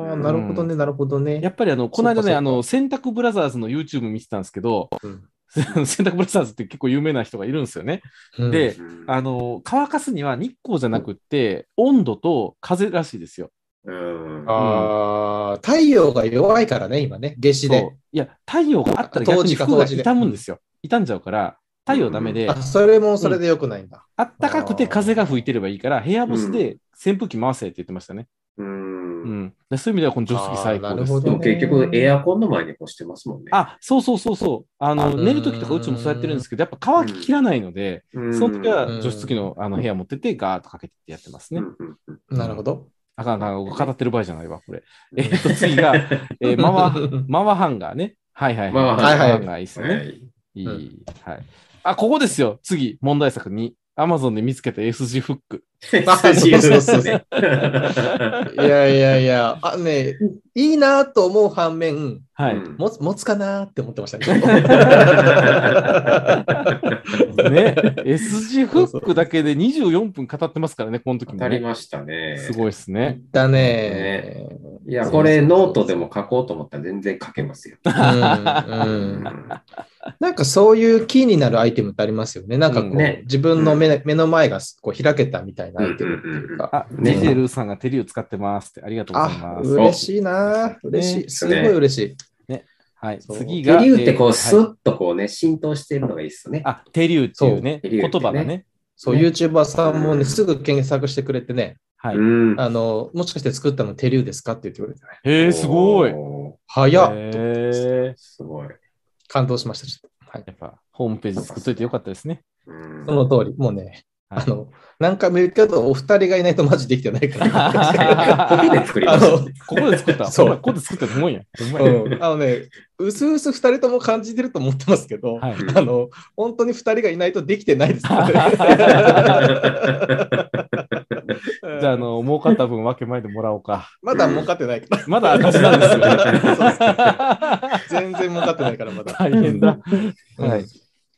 C: ああ、なるほどね、なるほど
B: や
C: ね。
B: っぱりあの、この間
C: そ
B: ね、
C: っかそっか
B: あの、洗濯ブラザーズの YouTube 見てたんですけど、
C: うん
B: (laughs) 洗濯ブラザーズって結構有名な人がいるんですよね。
C: うん
B: で、
D: うん
B: あの、乾かすには日光じゃなくって、温度と風らしいですよ。
D: うん。
C: ああ、太陽が弱いからね、今ね、夏至
B: そ
C: で
B: う。いや、太陽があったら逆
C: 当
B: に
C: 時か
B: 服が
C: 当時で
B: 傷むんですよ。傷んじゃうから、太陽ダメで、
C: あ、それもそれで良くないんだ。
B: あったかくて風が吹いてればいいから、部屋干しで扇風機回せって言ってましたね。
D: う。
B: うんん。でそういう意味では、この除湿器最
C: あー
B: 高
C: な
B: で
C: る
B: す
C: ほ。
D: で
C: ど
D: も結局、エアコンの前に越してますもんね。
B: あ、そうそうそうそう。あの、
C: あ
B: 寝るときとかうちもそうやってるんですけど、やっぱ乾ききらないので、
D: うん、
B: その時
C: う
B: は
C: ん
B: 除湿器のあの部屋持ってって、ガーッとかけてってやってますね。
D: うんうんうん
C: なるほど。
B: あかんあかん、語ってる場合じゃないわ、これ。えっと、次が、えーマワ、マワハンガーね。はいはい
D: マワハンガ
C: ー
B: マワハンガーいいです
D: は
B: ね。
D: い。 (laughs)
B: いい、
C: うん
B: はい。あ、ここですよ。次、問題作2。Amazon で見つけた S 字フック。
C: (laughs) そうそうそう
D: ね。
C: いやいやいや、あね、いいなと思う反面、
B: はい。
D: うん
C: (laughs) 持つ持つかなって思ってました
B: (laughs) ね、
C: ね。
B: S 字フックだけで24分語ってますからね、この時
D: 当
B: も、
D: たり
B: ね。
D: ましたね。
B: すごいですね。
C: だね
D: いや、これノートでも書こうと思ったら全然書けますよ。
C: うんうんなんかそういうキーになるアイテムってありますよね。なんかこう、
B: うん
D: ね
C: 自分の目,、目の前がこう開けたみたいなアイテムっていうか。
B: あ、
D: ね
B: ね、DJ ルーさんがテリを使ってますって。ありがとうござい
C: あ
B: ま、す。
C: 嬉しいな。嬉し
B: ね
C: い。すごい嬉しい。
B: はい、
C: そう
B: 次
D: 手
B: が。
D: 流ってこう、ス
B: えー
D: ッとこうね、浸透してるのがいいっすね。
B: はいあ、手流っていうね、
D: そう手竜
B: 言
D: ってね
B: 葉がね。
C: そう、
B: ね
C: YouTuber さんもね、すぐ検索してくれてね、
B: はい。
D: うん。
C: あの、もしかして作ったの手流ですかって言ってくれてね。
B: へえ、すごい。へ
D: お
C: 早っと
B: え。
D: ーすごい。
C: 感動しました。ちょっとはい
B: やっぱ、ホームページ作っといてよかったです
D: (laughs)
B: ね。
D: うん
C: その通り、もうね、
B: はい
C: あの、何回も言うけど、お二人がいないとマジできてないから。
B: (laughs)
D: コピーで作りましたね。
B: ここで作った。
C: そう
B: ここで作ったと思うやん。ほんまや
C: うん、あのね、うすうす二人とも感じてると思ってますけど、
B: はい。
C: あの、本当に二人がいないとできて
B: (laughs)
C: ないです、ね。
B: じゃあ、あの、儲かった分分け前でもらおうか。
C: まだ儲かってないから。
B: まだ赤字なん
D: (laughs)
B: ですよ。
C: 全然儲かってないから、まだ。
B: 大変だ。はい。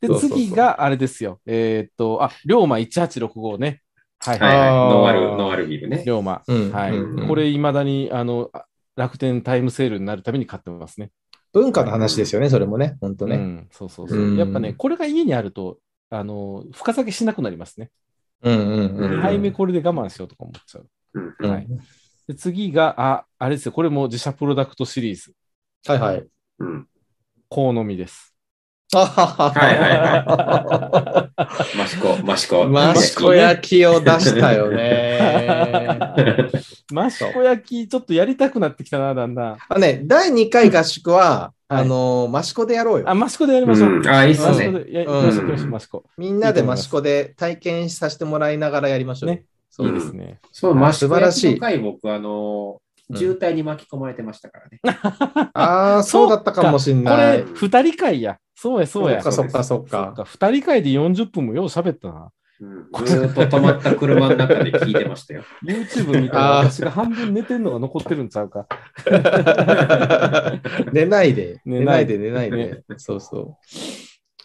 B: で
C: そ、うそうそう
B: 次があれですよ。えーっと、あ、龍馬1865ね。はい
D: はい
B: は
D: はい。
C: あー
D: ノーアル、ノーアルビール
B: い。
D: ね
B: 龍。馬。
C: うん
B: は
C: う
B: い。
C: ん
B: これ、いまだに、あの、あ楽天タイムセールになるために買ってますね。
C: 文化の話ですよね、それもね、本当
B: う
C: ね。
B: ん。そうそうそうう。
C: ん
B: やっぱね、これが家にあると、あの、深酒しなくなりますね。
C: うんうんうん。
B: 早めこれで我慢しようとか思っちゃう。
D: うん
C: うん
B: はいで、次が、あ、あれですよ。これも自社プロダクトシリーズ。
C: はいはい。
D: うん。
B: 好みです。
C: あは
D: はいはい
C: は
D: マシコ、マシコ。
C: マシコ焼きを出したよね。
B: (laughs) 益子焼き、ちょっとやりたくなってきたな、だんだん。
C: あのね、第2回合宿は、
B: はい
C: あの、マシコでやろうよ。
B: あ、益子でやり
D: う
B: ましょう。
D: ん。あ、いいっす
B: マシ
D: ね
B: コ。でやり
C: うん
B: ましょうやりましょう、マシコ。
C: みんなでマシコで体験させてもらいながらやりましょう。
B: ね
C: そ
B: いういですね。
D: そう、マシ
C: 素
D: コ
C: 晴ら
D: 焼
C: しい
D: きの回、僕、あの
C: う、ん
D: 渋滞に巻き込まれてましたからね。
C: ああ、そうだったかもしん
B: こ
C: な
B: れ、
C: い。
B: 二人会や。そうや、そう
C: そ
B: や
C: っ。かそっかそ
B: そ
C: っ
B: っか
C: か。
B: 二人会で40分もよう喋ったな。
D: うんずーっと止まった車の中で聞いてま (laughs) したよ。
B: YouTube 見たら
C: あー
B: 私が半分寝てんのが残ってるんちゃうか。
C: (laughs) 寝ないで、
B: 寝
C: 寝
B: な
C: ないいで、寝ないで。そうそう。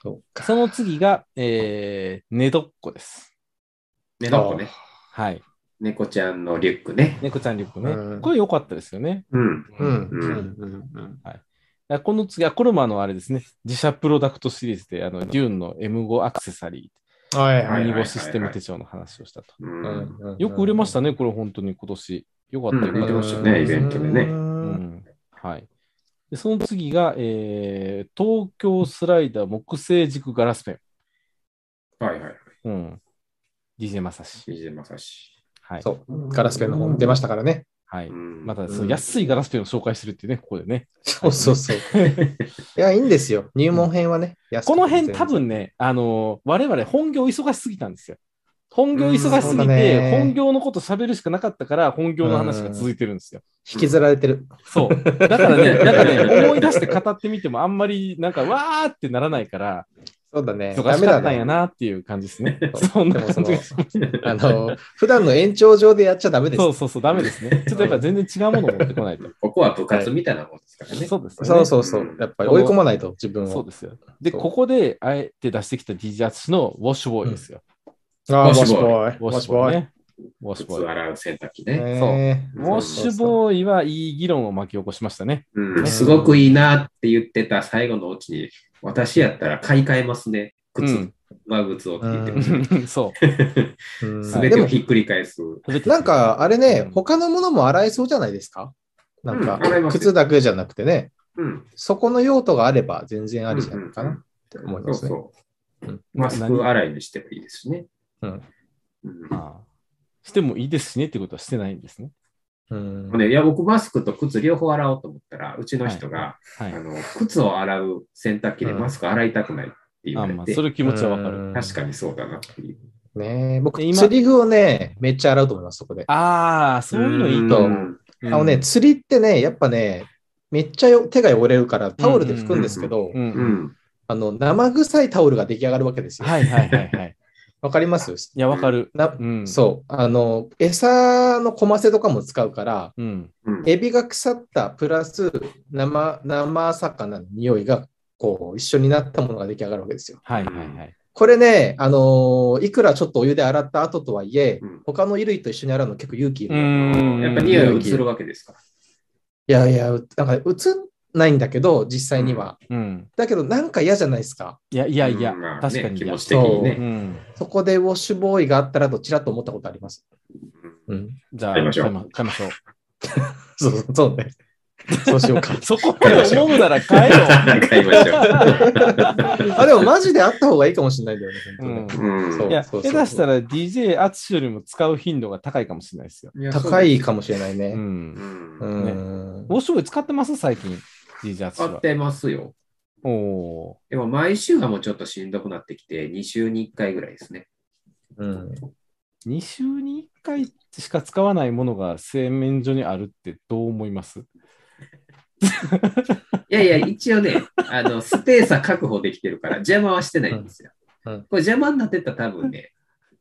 C: そう
B: (laughs)
C: か。
B: その次が、えー、寝床っこです。
D: ね、なんかね、
B: はい。
D: 猫ちゃんのリュックね。
B: 猫ちゃんリュックね
C: う。ん
B: これ良かったですよね。
D: うん。
C: うん。
D: うん
C: うんうん
B: あこの次は、これもあの、あれですね。自社プロダクトシリーズで、あの、デューンの M5 アクセサリ
C: はい
B: ー、
C: は
D: はい
C: い。
B: ミニボシステム手帳の話をしたと。
D: う。
C: うんん
B: よく売れましたね、これ本当に今年。よかったよ
D: うん売れ
B: か
D: て
B: っ
D: ましたねイベントでね
C: う
B: た。うんんはい。で、その次が、えー、東京スライダー木製軸ガラスペン。
D: はいはい。
B: うん。DJ まさし。
D: DJ まさし。
B: はい。
C: そう、ガラスペンの方も出ましたからね。
B: はい。
D: うん
B: また、その安いガラスペンを紹介してるっていうね、ここでね。
C: そうそ
B: (laughs)
C: うそう。いや、いいんですよ。入門編はね。安くて
B: この辺多。分ね、あのー我々本業忙しすぎたんですよ。本業忙し
C: う
B: すぎ
C: んそうだ
B: て、
C: ね
B: 本業のこと喋るしかなかったから、本業の話が続いてるんですよ。
C: 引きずられてる。
B: そう。だからね、なんかね、思い出して語ってみても、あんまり、なんか、わーってならないから、
C: そうだね。
B: 忙
C: ダ
B: し
C: メ
B: か
C: だ
B: ったん
C: ね
B: や。なっていう感じですね。
C: そう
B: そんな
C: でもそ
B: 感
C: の
B: じがします
C: あの、普段の延長上でやっちゃダメです。
B: (laughs) そ
C: そう
B: そうそう、ダメですね。ちょっとやっぱ全然違うものを持ってこないと。
D: ここは部活みたいなもんですからね。
B: そうですよ
C: う
B: ね。
C: そうそう。やっぱり追い込まないと、自分を。
B: そうですよ。で、
C: そう
B: ここで、あえて出してきた DJ アツシのウォッシュボーイですよ。
C: ああ、
D: も
C: も
D: し
C: し
D: も
C: ボー
B: ウ
C: イ。
B: ォッ
C: も
B: シ
C: し
B: ュボ
C: ボ
B: ーイ
C: ーイ。
B: ね。ウォッシュボ
D: 靴
B: ーイ。
D: 洗う洗濯機ね。
C: ね
B: ウォッシュボーイはいい議論を巻き起こしましたね。
D: うん、すごくいいなって言ってた最後のうちに、私やったら買い替えますね。
B: う
D: 靴
B: ん、
D: 上靴をって言ってまし
B: うん (laughs) そう。
C: えうん
D: た。すべ
C: で
D: てを
C: も、
D: ひっくり返す。 (laughs)
C: なんか、あれ
B: う
C: ね
B: ん、
C: 他のものも洗えそうじゃないですかなんか
D: うん洗えま、すよ
C: 靴だけじゃなくてね、
D: うん。
C: そこの用途があれば全然ありじゃないかな
D: うん
C: って思
D: そ
C: いま
D: う
C: すね。
D: そう。マスク洗いにしてもいいですしね。
C: うん
D: うん
B: あーしてもいいですしねってことはしてないんですね。
C: うん
D: もうね、いや、僕、マスクと靴両方洗おうと思ったら、うちの人が、
B: はい
D: あ。の靴を洗う洗濯機で
C: うん
D: マスク洗いたくないって言わ
B: あ
D: れ
B: まあ、
D: て、
B: それ気持ちはわかる。
C: うん
D: 確かにそうだなっていう。
C: ねえ僕、
B: で今
C: 釣り具をね、めっちゃ洗うと思います、そこで。あ
B: ああ、そういうのいいと思う。
D: ん
B: うん
C: のね、、釣りってね、やっぱね、めっちゃよ手が汚れるからタオルで拭くんですけど、
B: うん
D: う
B: うん
D: ん。
C: あの、生臭いタオルが出来上がるわけですよ。
B: はいはいはい
D: (laughs)
B: はい。
C: わかります
B: いや、わかる。
C: な
B: うん。
C: そう。あの、餌の小ませとかも使うから、
B: う。うん。
D: うん
C: エビが腐ったプラス生、生魚の匂いが、こう、一緒になったものが出来上がるわけですよ。
B: はいはいはい。
C: これね、あのーいくらちょっとお湯で洗った後とはいえ、
D: うん
C: 他の衣類と一緒に洗うの結構勇気いる。い
B: ん
D: やっぱり匂いが移るわけですから。
C: やいや、うなんか映んないんだけど、実際には。
B: うん。
C: だけど、なんか嫌じゃないですか。
B: いやいやいや
D: うんま、あ
B: 確
D: ね
B: かに
D: 気
B: 嫌
D: 持ち的に
B: う
D: ね。
B: ん。
C: そこでウォッシュボーイがあったらとちらっと思ったことあります。うん。
B: じゃあ、
D: 買いましょう
B: 買いま買いましょう。
D: (laughs)
C: そうそうそうね。そうしようか。
B: そこまで思うなら買え
D: (laughs)
B: よ。
D: 買いましょ
C: (laughs) あ、でもマジであった方がいいかもしれないんだよね、本当ね。
B: うん
D: う。うん
C: そう
B: いや、
C: そ
B: 下
C: う
B: 手したら DJ アツシよりも使う頻度が高いかもしれないですよ。
D: いや
C: 高いかもしれないうね。
D: そ
B: ん。
D: うう
C: う
D: ん
C: ん。
B: ウォッシュボーイ使ってます最近、DJ アツシ
D: 買
B: は
D: っ。てますよ。
B: おお
D: でも毎週はもうちょっとしんどくなってきて、2週に1回ぐらいですね。
C: うん。
B: ー。2週に1回しか使わないものが洗面所にあるってどう思います
D: いやいや、一応ね、あの、スペースは確保できてるから、邪魔はしてないんですよ。
C: うんうん
D: これ邪魔になってったら多分ね、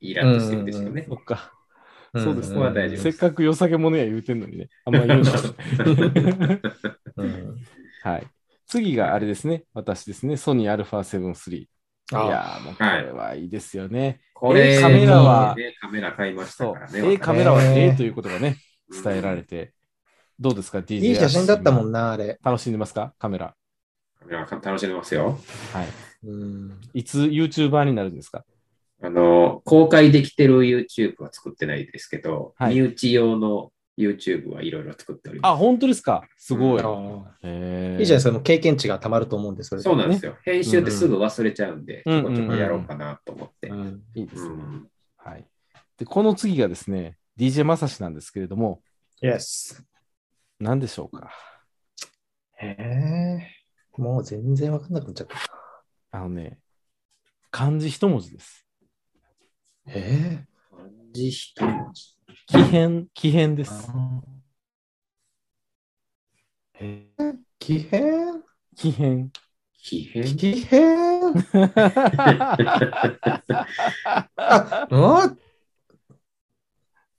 D: イラッとしてるんですよね
B: そ。っか。
C: ん
B: そうです
D: ここは大丈夫
B: せっかく良さげものや言うてんのにね。あんま言うな。
D: (laughs)
C: うん
B: はい。次があれですね。私ですね。ソニー α7 III。い
C: あ
B: やー、もうこれはいいですよね。
D: これ、
B: カメラは
D: ね、カメラ買いました
B: そう
D: から。ね。
B: ええカメラは
C: ね
B: ええということがね、伝えられて。どうですか、DJ。
C: いい写真だったもん。な、あれ。
B: 楽しんでますかカメラ。
D: カメラは楽しんでますよ。
B: はい。
C: うん。
B: いつ YouTuber になるんですか
D: あの、公開できてる YouTube は作ってないですけど、
B: はい
D: 身内用の YouTube はいろいろ作っており
B: あ、
D: ま
B: 本当ですかすごい。
C: あ
B: へ
C: ー
B: ー
C: いいじゃないですか、もう経験値がたまると思うんで、それ
D: す。
C: で
D: そうなんですよ。編集ってすぐ忘れちゃうんで、ち
B: うん
D: ょこちょこやろうかなと思って。うん
C: うん
B: いいですね。はい。で、この次がですね、DJ まさしなんですけれども、
C: Yes。
B: 何でしょうか
C: えーもう全然わかんなくなっちゃった。
B: あのね、漢字一文字です。
C: え
D: 漢字一文字
B: 奇変、奇変で
C: ー
B: す。
C: あーえー奇変
B: 奇変。
D: 奇変
C: 奇変
B: (laughs)
C: あ、うん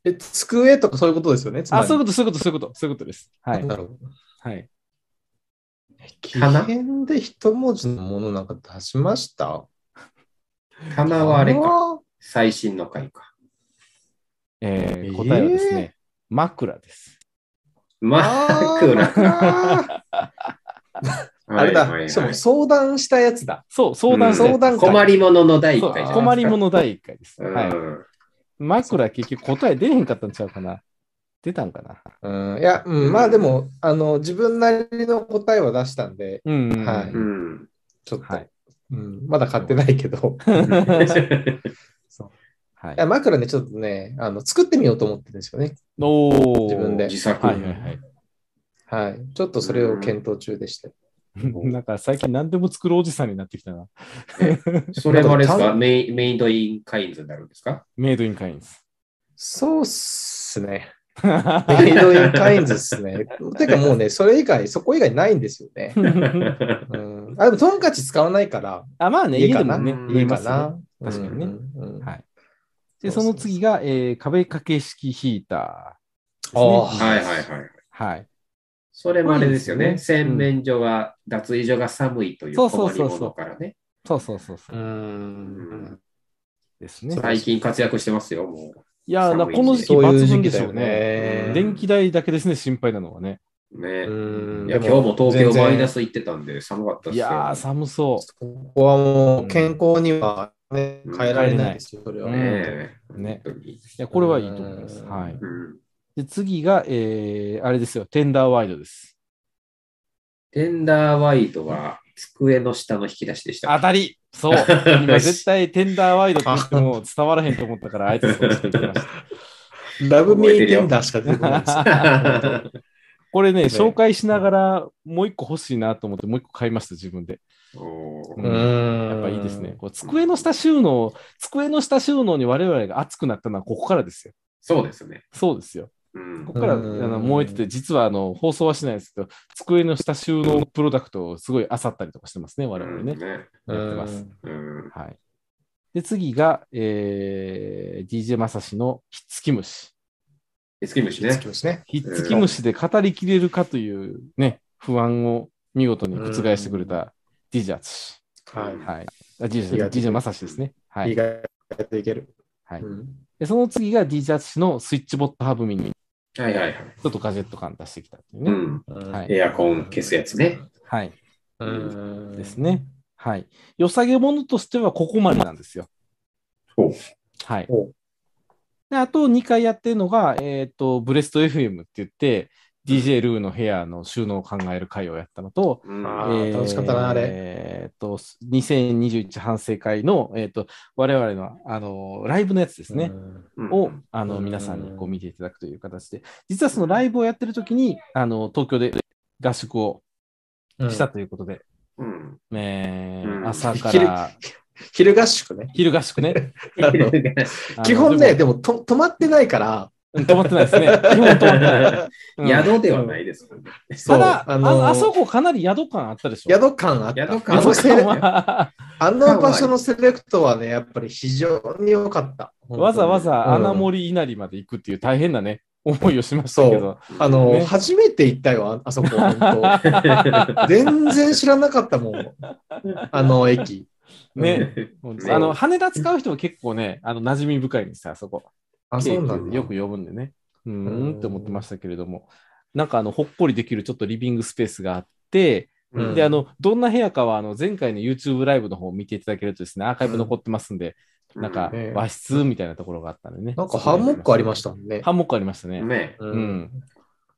C: え、机とかそういうことですよね。つまり
B: あ、そういうこと、そういうこと、そういうこと、そういうことです。は
C: ないん。だろう。
B: はい。
C: 奇
D: 花
C: 変で一文字のものなんか出しました
D: 棚はあれか。最新の回か。
B: えー
C: えー
B: 答えはですね、枕です。
D: マク (laughs) ラ。
C: ラ。あ
D: はいは
C: れ
D: いは
C: だ。
D: い
C: しかも相談したやつだ。
B: そう、相談した
C: 相談会
D: 困りものの第一
B: そ
D: 回
B: う
D: じゃないですか。
B: 困りもの第一回です。
D: うん。。
B: はい。枕結局答え出へんかったんちゃうかな。出たんかな。
C: うん、いや、うん、まあでも、あの、自分なりの答えは出したんで、
B: うん、うん。
C: はいう
B: うん
C: ちょっと、
B: はい
C: うん、まだ買ってないけど。
B: はい
C: いや、枕ね、ちょっとね、あの、作ってみようと思ってるんですよね。
B: おー
C: 自分で
D: (laughs) 自作。
B: はいはいはい。
C: はい。ちょっとそれを検討中でして。
B: なんか最近何でも作るおじさんになってきたな。
D: それもあれです
C: なん
D: か
C: か
D: メイメイドインカインズになるんです
B: (laughs)
D: か
B: メイドインカインズ。
C: (laughs) そうっすね。メイドインカインズっ
D: (laughs)
C: すね。てかもうね、それ以外、そこ以外ないんですよね。うん。あ、でも、トンカチ使わないから、
B: あ、まあね、
C: い
B: 家
C: いか
B: で
C: な
B: もね、
D: うん
B: 言
C: い
B: え
C: い
B: ま
C: か
B: すね
C: な。
B: 確かにね
C: うん。うん
B: はい
C: そ
B: で、
C: うそ
B: そうの次が、えー壁掛け式ヒーターですね。
C: あー
D: はいはいはい。
B: はい。
D: それもあれですよ
B: そう
D: ね。
B: ですね
D: 洗面所が、脱衣所が寒いという
B: そうそ
D: 困
B: う
D: り
B: そうそ
D: も
B: う
D: のからね。
B: そうそうそうそうう。
C: ん。
B: ですね。
D: 最近活躍してますよ、も
B: いやーな
D: 寒い
B: この時期
C: そういう
B: 抜
C: 時
B: 群で
C: 期だ
B: しょ
C: よ
B: うね。
D: うん
C: ね。
B: 電気代だけですね、心配なのはね。
D: う。ね。
C: うん
D: いや、
C: で
D: 今
C: も
D: 日も東京
C: 全然
D: マイナス行ってたんで、寒かったで
B: い
D: すよ。
B: やー、寒そ
C: ここはもう健康には、ね
D: うん
C: 変えられないですよ、それは。
B: うん
D: ねえ
B: ね
D: 本当
B: う。
D: に
B: いや、これはいいと思います。
C: うん
B: はい。
D: うん
B: で、次が、えー、あれですよ、テンダーワイドです。
D: テンダーワイドは、机の下の引き出しでした。
B: 当
D: (laughs)
B: たり (laughs) そう今絶対テンダーワイドって言っても伝わらへんと思った (laughs) から、あえてそうしてきました。
C: ラブミーティンダーしか出てこないです。
B: こ (laughs) れね、
C: ね
B: 紹介しながら、もう一個欲しいなと思って、もう一個買いました、自分で。
D: お
B: (laughs) う
D: ー
B: んや
C: や
B: っぱいいですね。。こう机の下収納、机の下収納に我々が熱くなったのはここからですよ。
D: そうですね。
B: そうですよ。
D: うん
B: ここからあ
C: うん
B: の燃えてて、実はあの放送はしないですけど、机の下収納プロダクトをすごい漁ったりとかしてますね、我々ね。
C: うん
B: やってます。
D: うん
B: はい。で、次が、えー、DJ まさしのひっつき虫。
D: 月虫
C: 好
D: ね
C: き。ですね。
B: ひっつき虫で語りきれるかというね、不安を見事に覆してくれた DJ アツシ。
C: はい。
B: はい。あ DJ
C: が出て
B: DJ まさしですね。はい
C: い
B: い。
C: がやっていける。
B: はい
C: うん
B: でその次が DJ アツシのスイッチボットハブミニ。
D: はいはいはい。
B: ちょっとガジェット感出してきたっていう
D: う
B: ね。
D: ん。
B: はい
D: エアコン消すやつね。
B: はい。
C: うん
B: ですね。はい。良さげものとしてはここまでなんですよ。
D: ほう
B: はい
C: ほう。
B: であと2回やってるのが、えっ、と、ブレスト FM って言って、DJ ルーの部屋の収納を考える会をやったのと、
D: うん
C: あー楽しかったなあれ
B: えっと、2021反省会の、えっ、と、我々の、あの、ライブのやつですね。
D: うん
B: を、あの、
C: うん
B: 皆さんにこう見ていただくという形で、実はそのライブをやってる時に、あの、東京で合宿を
C: うん。
B: したということで、 (laughs)
D: うん。
B: え
D: う
B: ー
D: ん
B: 朝から、
C: 昼合宿ね。
B: 昼合宿
C: (laughs)
B: ね。
D: (laughs)
B: あ
C: あの
B: の
C: 基本ね、
B: で
C: でもと止まってないから、
B: もうん止まってないです
C: (laughs)
B: ね。基本止まってない。うん
D: 宿ではないですもんね。
C: そ
B: た
C: う
B: だ、あ
C: あの
B: あそこかなり宿感あったでしょ。
C: 宿感あった。
D: 宿感
B: あ
C: あ
B: の
C: のセレ
B: は
C: あの場所のセレクトはね、やっぱり非常に良かった。
B: わざわざ穴
C: も
B: 森稲荷まで行くっていう大変なね、思いをしましたけど。
C: あの、
B: ね
C: 初めて行ったよ、あ
B: (laughs)
C: あそこ、本当全然知らなかったも
B: (laughs)
C: ん、あの駅。
B: ね、
D: ね。
B: 本当
D: そう
B: あの羽田使う人は結構ね、あの馴染み深いんですよ、あそこ。
C: あ、そうなんだ。
B: よく呼ぶんでね。うー
C: うん
B: んって思ってましたけれども、なんかあのほっこりできるちょっとリビングスペースがあって、
C: うん
B: であのどんな部屋かはあの前回の YouTube ライブの方を見ていただけるとですね、アーカイブ残ってますんで、なんか
C: ね
B: 和室みたいなところがあったんでね。
C: なんかハンモックありましたもんね
B: ハ。ンモックありましたね。
D: ね。
C: う。
B: うんん、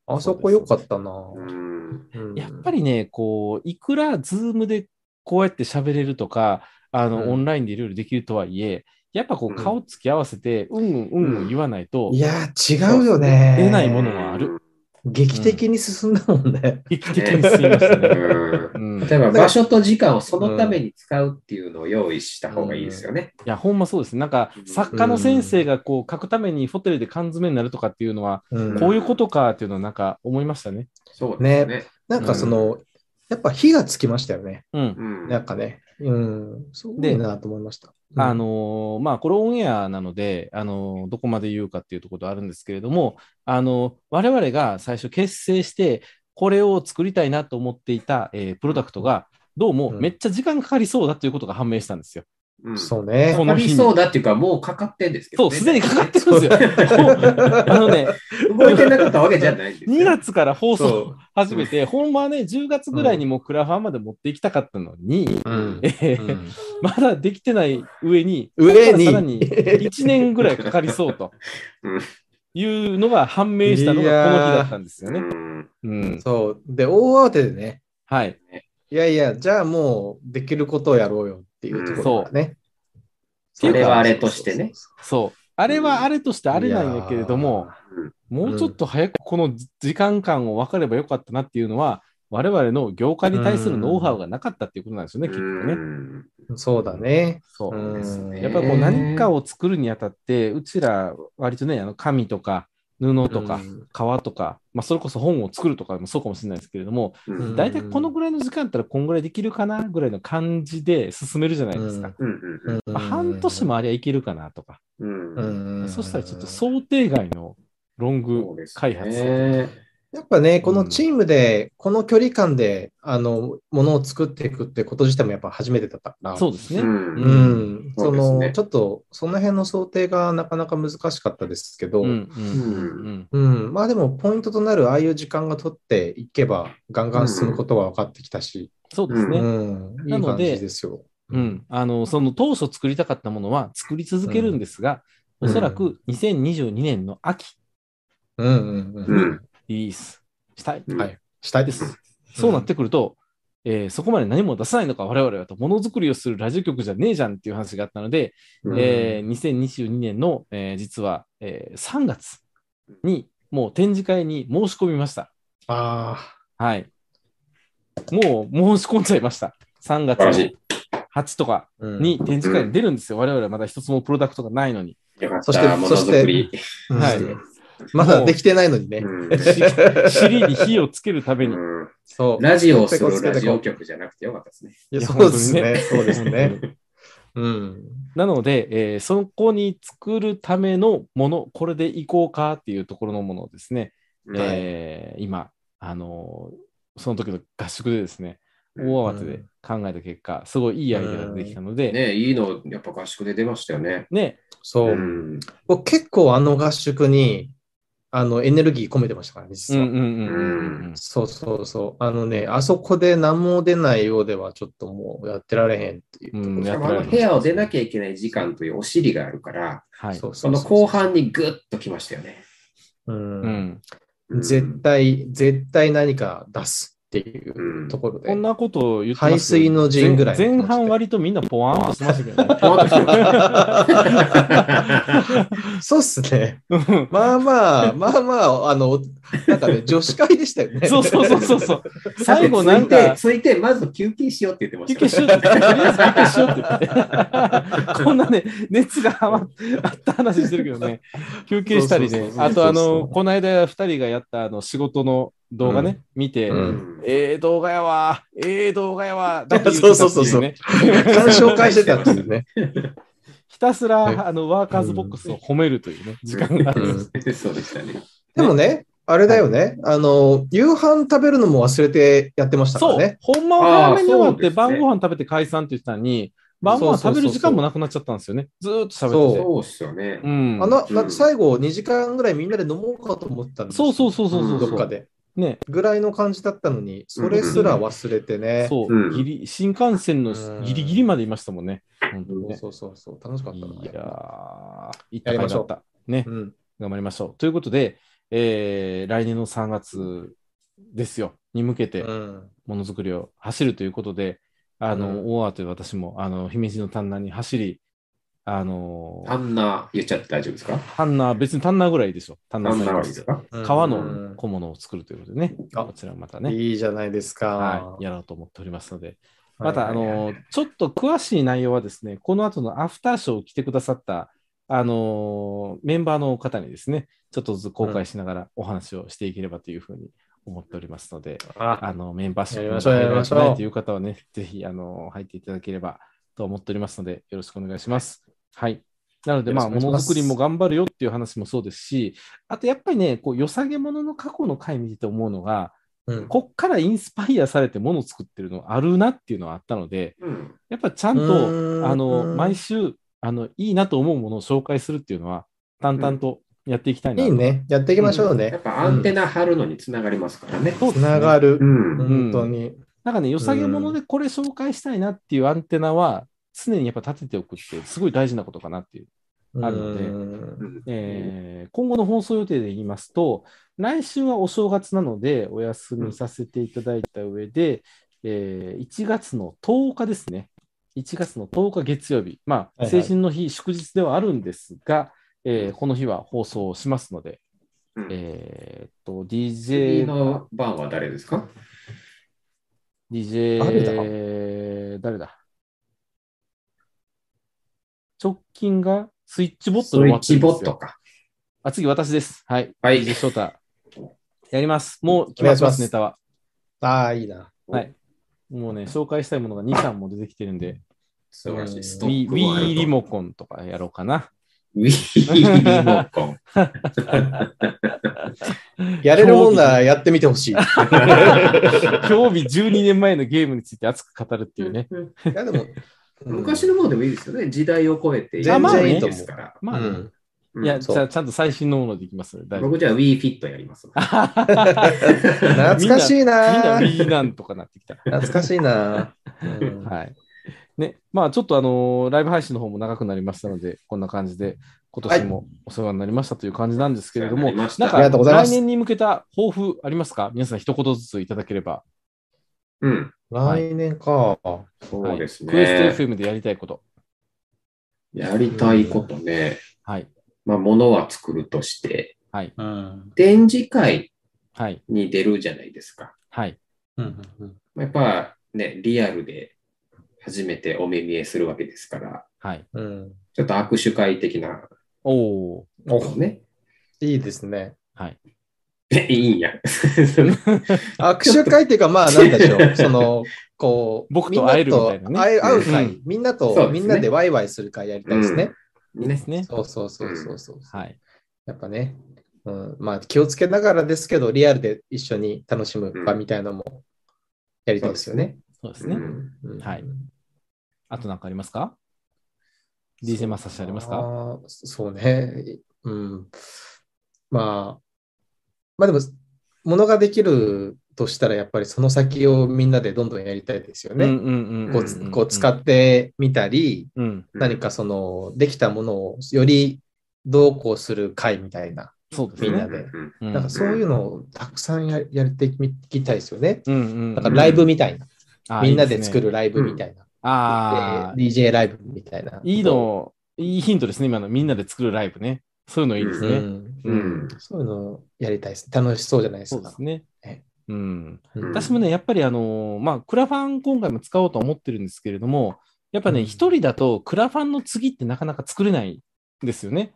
C: あそこ良かったな。
D: うん。
C: うん
B: やっぱりね、こう、いくらズームでこうやって喋れるとか、あの、
C: うん
B: オンラインでいろいろできるとはいえ、やっぱこ
D: う
B: うん顔つき合わせて、うんうんうんうん言わないと
C: い、や、違うよね。
B: 出ないものはある。
C: 劇的に進んだもんね。
B: 劇的に進みましたね。
D: う
B: うんん、い
D: 例えば場所と時間をそのために使うっていうのを用意した方がいいですよね。
B: や、ほんまそうですね。なんか、作家の先生がこう書くためにホテルで缶詰になるとかっていうのは、
C: うん
B: こういうことかっていうのはなんか思いましたね。
D: そうですね。
C: なんかその、やっぱ火がつきましたよね。
B: うん。
D: うん
C: なんかね。うん。すごいなと思いました。うん
B: あ、のーまあ、これオンエアなので、あのーどこまで言うかっていうところあるんですけれども、あのー我々が最初結成して、これを作りたいなと思っていた、えープロダクトが、どうも
C: うん
B: めっちゃ時間かかりそうだということが判明したんですよ。
D: うん
C: そうね。
B: こ
D: か
B: の
D: か
B: 日
D: り
B: に
D: そうだっていうか、もうかかってんですけ
B: そ
D: ど、
B: う、すでにかかってるんですよ。 (laughs) あのね、
D: 動いてなかったわけじゃないんですよ。
B: 2月から放
C: そ
B: 送
C: う。
B: 始めて、ほんまはね、10月ぐらいにもうクラファンまで持っていきたかったのに、
C: うん
B: え。ー
C: うん
B: まだできてない上に、
C: 上に
B: さらに1年ぐらいかかりそうと
D: うん
B: いうのが判明したのがこの日だったんですよね。
D: うん
B: うん、
C: そう。で、大慌てでね、
B: はい。
C: いやいや、じゃあもうできることをやろうよっていうところだね。
D: それはあれとしてね。
B: そう。あれはあれとしてあれなんだけれども、もうちょっと早くこの時間感を分かればよかったなっていうのは、我々の業界に対するノウハウがなかったっていうことなんですよね、結局ね。
D: ね。
C: いやー。そうだね。
B: そうう。
C: ん
B: やっぱりこう
D: ね
B: 何かを作るにあたって、うちら割とね、あの紙とか布とか
C: うん
B: 革とか、まあそれこそ本を作るとかもそうかもしれないですけれども、
D: うん
C: うん
B: 大体このぐらいの時間だったらこんぐらいできるかなぐらいの感じで進めるじゃないですか。
D: うんうんうん
B: まあ半年もありゃいけるかなとか、
D: うん
C: うん
B: そしたらちょっと想定外のロン
D: そう
B: グ
D: ですね
B: 開発、
C: やっぱね、このチームで、この距離感で、あの、ものを作っていくってこと自体もやっぱ初めてだったから。
B: そうですね、
D: うん
C: う。ん。
D: そ
C: そう
D: ですね
C: の、ちょっと、その辺の想定がなかなか難しかったですけど、
B: うんう
C: うん。
D: うん
B: ん
C: まあでも、ポイントとなる、ああいう時間が取っていけば、ガンガン進むことは分かってきたし、
B: そうです
C: う
B: ね、
C: ん。い
B: ないの
C: 感
B: で
C: じですよ。
B: うんあのその当初作りたかったものは作り続けるんですが、
C: うん
B: おそらく2022年の秋
C: うんうんうん。
D: うん
B: リリースしたい、
D: うん
C: はいしたいで
B: ですす。。そうなってくると、えーそこまで何も出さないのか、我々はと、ものづくりをするラジオ局じゃねえじゃんっていう話があったので、
D: うん
B: えー2022年の、えー実は、えー3月にもう展示会に申し込みました。
C: あ
B: はい。もう申し込んじゃいました。3月
D: 素晴らしい
B: 8とか
C: あ。
B: に展示会に出るんですよ。我々はまだ一つもプロダクトがないのに。
D: よかった。
C: そして
D: ものづくり。
C: うん、
B: はい
C: まだできてないのにね。
D: うん
B: 尻に火をつけるために。
D: うん
C: そう。
D: ラジオをするラジオ局じゃなくてよかったですね。
C: いや
B: いや
C: そうですね。そうです
B: 本
C: ね。
B: 当に。
C: うん。
B: なので、えーそこに作るためのもの、これでいこうかっていうところのものをですね、
D: うん
B: えー今、あのーその時の合宿でですね、大慌てで考えた結果、すごいいいアイデアができたので、ね、
D: ねいいの、やっぱ合宿で出ましたよね。
C: そう。
D: ん。
C: 僕結構あの合宿に、あの、エネルギー込めてましたからね、
B: う
C: 実
B: ん
C: は。
B: うんうんうんうん。
C: そうそうそう。あのね、あそこで何も出ないようではちょっともうやってられへんっていう。
B: うん
D: し
B: や
D: か
B: ってら
D: もあの
B: れま
D: 部
B: す
D: 屋を出なきゃいけない時間というお尻があるから、
B: はい。
C: そう
D: そ
C: そう
D: の
C: そう
D: 後半にグッときましたよね。
C: うん
B: うん。
D: うん
C: 絶対、絶対何か出すっていう
D: うん
C: ところで。
B: こんなことを言ってますけど
C: 排水の陣ぐらいの
B: 前前半割とみんなポワーンとしてましたけどね。
D: ポワーンとして
C: (laughs)
D: (laughs)
C: そうっすね。
B: うん
C: まあまあ、まあまあ、あの、なんかね、女子会でしたよね。
B: そうそうそうそう
C: (laughs)
B: そう。最後なん
D: さ
B: か
D: て、ついて、ついてまず休憩しようって言ってま
B: 休
D: した
B: 憩しようって、とりあえず休憩しようって
C: (laughs)
B: 言って。こんなね、熱がはまっあった話してるけどね、休憩したり
C: そう
B: ね
C: そう、そう
B: あ
C: そう
B: とあの、この間2人がやったあの仕事の動画ね、見て、
C: う
D: うんん
B: ええ動画やわー、ええ動画やわー、だけ言ってた
C: そうそうそうそう
B: っていね
C: 鑑賞会してたんですよね。
B: (laughs) ひたす
C: はい
B: らあのワーカーズボックスを褒めるというね、時間が。
C: うん
D: そうでしたね。
C: でもね、あれだよね。あの、夕飯食べるのも忘れてやってましたか
B: そ
C: ら
B: う
C: ね、。
B: ほんまは早めに終わっ
D: あ
B: て
D: ーそうですね
B: 晩ご飯食べて解散って言ってたのに、晩ご飯食べる時間もなくなっちゃったんですよね。ずーっと喋ってて。
D: そうっすよね
B: う。ん
C: あの、
D: う
C: なん最後2時間ぐらいみんなで飲もうかと思ってたんです
B: そうそうそうそうそうそう。
C: どっかで。
B: ね、
C: ぐらいの感じだったのに、それすら忘れてね。
B: そう、
D: うん
B: ギリ、新幹線の
C: うん
B: ギリギリまでいましたもんね。本当にね
C: そうそうそう、楽しかったな。
B: いやー、いった
C: やり
B: か
C: ま
B: い
C: し
B: だ
C: ょう
B: った。ね
C: う、ん。
B: 頑張りましょう。ということで、えー来年の3月ですよ、に向けて、
C: うん。
B: ものづくりを走るということで、あの、
C: うん
B: 大慌てで私も、あの、姫路の丹南に走り、あのー
D: あんな言っちゃって大丈夫ですか
B: タンナー、別にタンナーぐらいでしょ。タンナ
D: あん
B: ー
D: な
B: さん
D: わ
B: で
D: けですすか
B: 革
C: う
B: の
C: ん
B: 小物を作るということでね、
C: あ
B: こちらまたね、
C: いいじゃないですか。
B: はい、やろうと思っておりますので、また、
C: は
B: あ
C: いはいは
B: の、
C: い
B: ちょっと詳しい内容はですね、この後のアフターショーを来てくださった、あのーメンバーの方にですね、ちょっとずつ公開しながらお話をしていければというふうに思っておりますので、
C: あ
B: あの、メンバーシップ
C: やり
B: の
C: ましょうやりましょう
B: ないという方はね、ぜひ、あの、入っていただければと思っておりますので、よろしくお願いします。はい。なので、まあ、
C: よ
B: も
C: ろしくお
B: の
C: 願いしま
B: づ
C: す
B: くりも頑張るよっていう話もそうですし、あとやっぱりね、こう、良さげものの過去の回見てて思うのが、
C: うん
B: こっからインスパイアされてものを作ってるのあるなっていうのはあったので、
D: うん。
B: やっぱちゃん
C: うー
B: と、
C: ん
B: あの、毎週、あの、いいなと思うものを紹介するっていうのは、淡々とやっていきたいなと。
C: いいね。やっていきましょう
D: や
C: ね
D: っ。ぱアンテナ張るのにつながりますからね。
B: そう
C: つ
B: ですね
C: ながる。
D: ん。
C: 本当に。
B: なんかね、良さげものでこれ紹介したいなっていうアンテナは、常にやっぱ立てておくって、すごい大事なことかなっていう。んあるので
C: うん
B: えー今後の放送予定で言いますと、来週はお正月なので、お休みさせていただいた上で、えー1月の10日ですね。1月の10日月曜日。まあ、
C: はいは
B: 成
C: い
B: 人の日、祝日ではあるんですが、えーこの日は放送をしますので、
D: うん
B: えーっと、
D: 次
B: DJ
D: の番は誰ですか
B: DJ 誰だ直近がスイッチボット
D: ス
B: で
D: イ
B: 終わ
D: ッ
B: って
D: チ
B: るんで
D: ボ
B: す
D: ット
B: よ。
D: か。
B: あ、次私です。はい。
D: はい
B: DJ 翔太。やります。もう決まってま
C: お願いします
B: す、ネタは。
C: ああ、いいな。
B: はい。もうね、紹介したいものが2、3も出てきてるんで、
D: 素晴らしい。スト
B: Wii
D: ックもあると
B: Wii リモコンとかやろうかな。 (laughs)
D: Wii リモコン。
C: やれるもんならやってみてほ
B: (laughs)
C: しい。い
B: 興味12年前のゲームについて熱く語るっていうね。
C: や、でも、うん
D: 昔のものでもいいですよね。時代を超えて。
C: 全
B: 然いい
C: と
D: で
C: 思う
D: すから。
B: まあね、
C: うん
B: いや、
D: うん
B: じ
C: そう
B: ゃあちゃんと最新のものでいきますので、大丈夫
D: 僕じゃあ Wii Fit やります。
B: (laughs)
C: 懐かしい
B: みんな
C: な。
B: Wii なんとかなってきた。
C: 懐かしいな。うん
B: はい。ね、まあちょっとあのーライブ配信の方も長くなりましたので、こんな感じで、今年もお世話になりましたという感じなんですけれ
D: (laughs)
B: ども、
D: お世話になりました
B: なん
C: ありがと
B: か
C: うございま
B: 来
C: す
B: 年に向けた抱負ありますか皆さん一言ずついただければ。
D: うん。
B: はい
C: 来年か。
D: そうです
B: クエスト
D: ね。
B: FM でやりたいこと。
D: やりたいことね。
B: はい。
D: まあ、ものは作るとして、
B: はい。
C: うん。
D: 展示会
B: はい。
D: に出るじゃないですか。
B: はい。
C: うんうん
D: まあやっぱね、リアルで初めてお目見えするわけですから、
B: はい。
C: うんうん。
D: ちょっと握手会的な
B: おお
C: お
D: ことね。
C: いいですね。
D: え (laughs) いいんや。
C: 握手会っていうか、まあ、なんでしょう。その、こう、
B: 僕と会えるみたいなね
C: みんと会え会う
B: う
C: 会
B: ん、
C: みんな
D: そうです
C: と、
D: ね
C: みんなでワイワイする会やりたいですね。
B: ーですね。
C: そうそうそうそうそう。
B: はい。
C: やっぱね、うん、まあ、気をつけながらですけど、リアルで一緒に楽しむ場みたいなのもやりたいですよね。
B: そうです
D: う
B: ね。
D: ん
C: うん
B: はい。あとなんかありますか ?DJ マサシありますか
C: あーそうね。うん。まあ、まあでも、ものができるとしたら、やっぱりその先をみんなでどんどんやりたいですよね。
B: うんうんうん。
C: こうつこう使ってみたり、
B: うん。
C: 何かそのできたものをよりどうこうする会みたいな、
B: そうです
C: みん
B: ね
C: な。で
D: うんうん
B: う
C: なんかそういうのをたくさんややっていきたいですよね。
B: うんうん。
C: なんかライブみたいな、
B: あー
C: みんなで作。
B: いいすね
C: るライブみたいな、
B: ああ、
C: で DJ ライブみたいな。
B: いいの、いいヒントですね。今のみんなで作るライブね。そういうのいいです
C: う
B: ね。
C: ん、
D: うんうん
C: そういうのをやりたいです。楽しそうじゃないです
B: そうで
C: か。
B: すね
C: ね。
B: うん。
C: うん
B: 私もね、やっぱりあのーまあ、クラファン今回も使おうと思ってるんですけれども、やっぱね、
C: うん
B: 一人だとクラファンの次ってなかなか作れないんですよね。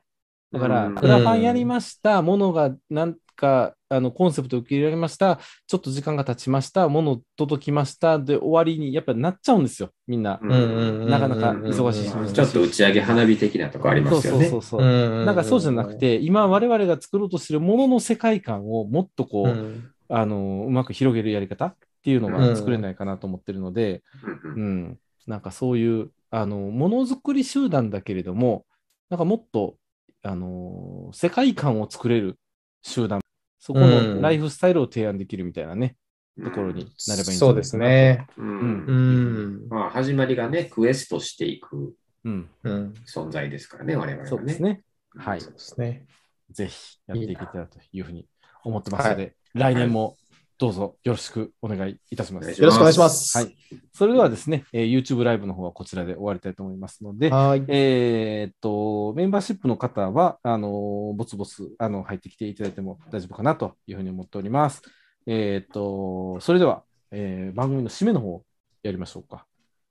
B: だから、
D: うん
B: クラファンやりました、ものがなんか、あのコンセプト受け入れられました、ちょっと時間が経ちました、もの届きました、で終わりにやっぱりなっちゃうんですよ、みんな。
D: うん
C: うんうん
B: なかなか忙しいし
C: うん
D: ちょっと打ち上げ花火的なとこありますよね
B: そう。そうそう
C: う
B: そう。
C: ん
B: なんかそうじゃなく、て、今我々が作ろうとしてるものの世界観をもっとこう、
C: うん
B: あのうまく広げるやり方っていうのが作れないかなと思ってるので、
D: うん
B: うんなんかそういうあのものづくり集団だけれどもなんかもっとあの世界観を作れる集団そこ
C: う
B: の
C: ん
B: ライフスタイルを提案できるみたいなね、
D: うん
B: ところになればいいんじゃないかなと
C: そうです。ね。
D: うん
B: う
C: うん。
D: まあ、始まりがね、クエストしていく
B: うん、
C: うん。
D: 存在ですからね、我々はね。
B: そうですね。はい
C: そうですね。
B: ぜひやっていけたらというふうに思ってますので、来年もどうぞよろしくお願いいたしま
D: お願い
B: す。
D: し
C: よろしくお願いしま
B: は
C: す。
B: いそれではですね、えー YouTube ライブの方はこちらで終わりたいと思いますので、
C: はい。
B: えーっと、メンバーシップの方は、あの、ぼつぼつ、あの、入ってきていただいても大丈夫かなというふうに思っております。えーっと、それでは、えー番組の締めの方をやりましょうか。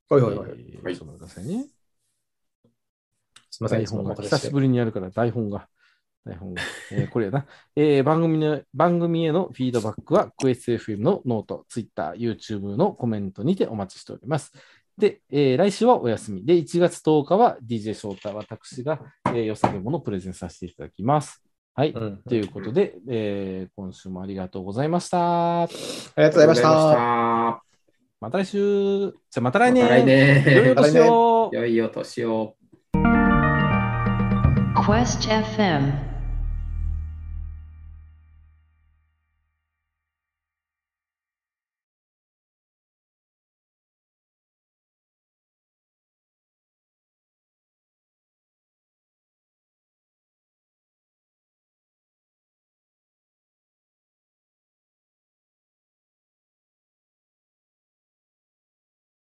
C: はいはいはい。
B: えー
D: はい
B: ちょっと待ってくださいね。
C: すみません、
B: 台
C: いつも
B: 本が
C: お任
B: 久
C: せし。
B: してぶりにやるから台本が。台本が。えーこれやな、 (laughs) えー番組の。番組へのフィードバックは、クエスト FM のノート、Twitter、YouTube のコメントにてお待ちしております。で、えー来週はお休みで、1月10日は DJ 翔太、私が、えー、よさげものをプレゼンさせていただきます。はい。
C: うん
B: ということで、えー今週もありがとうございました。
C: ありがとうございまし
D: ありがとうござい
C: た。
D: ました。
B: また来週。じゃあまた来年。
D: また来
B: 良い
C: (laughs)
D: 年
B: お。年を。
D: 良いお年を。
A: Quest FM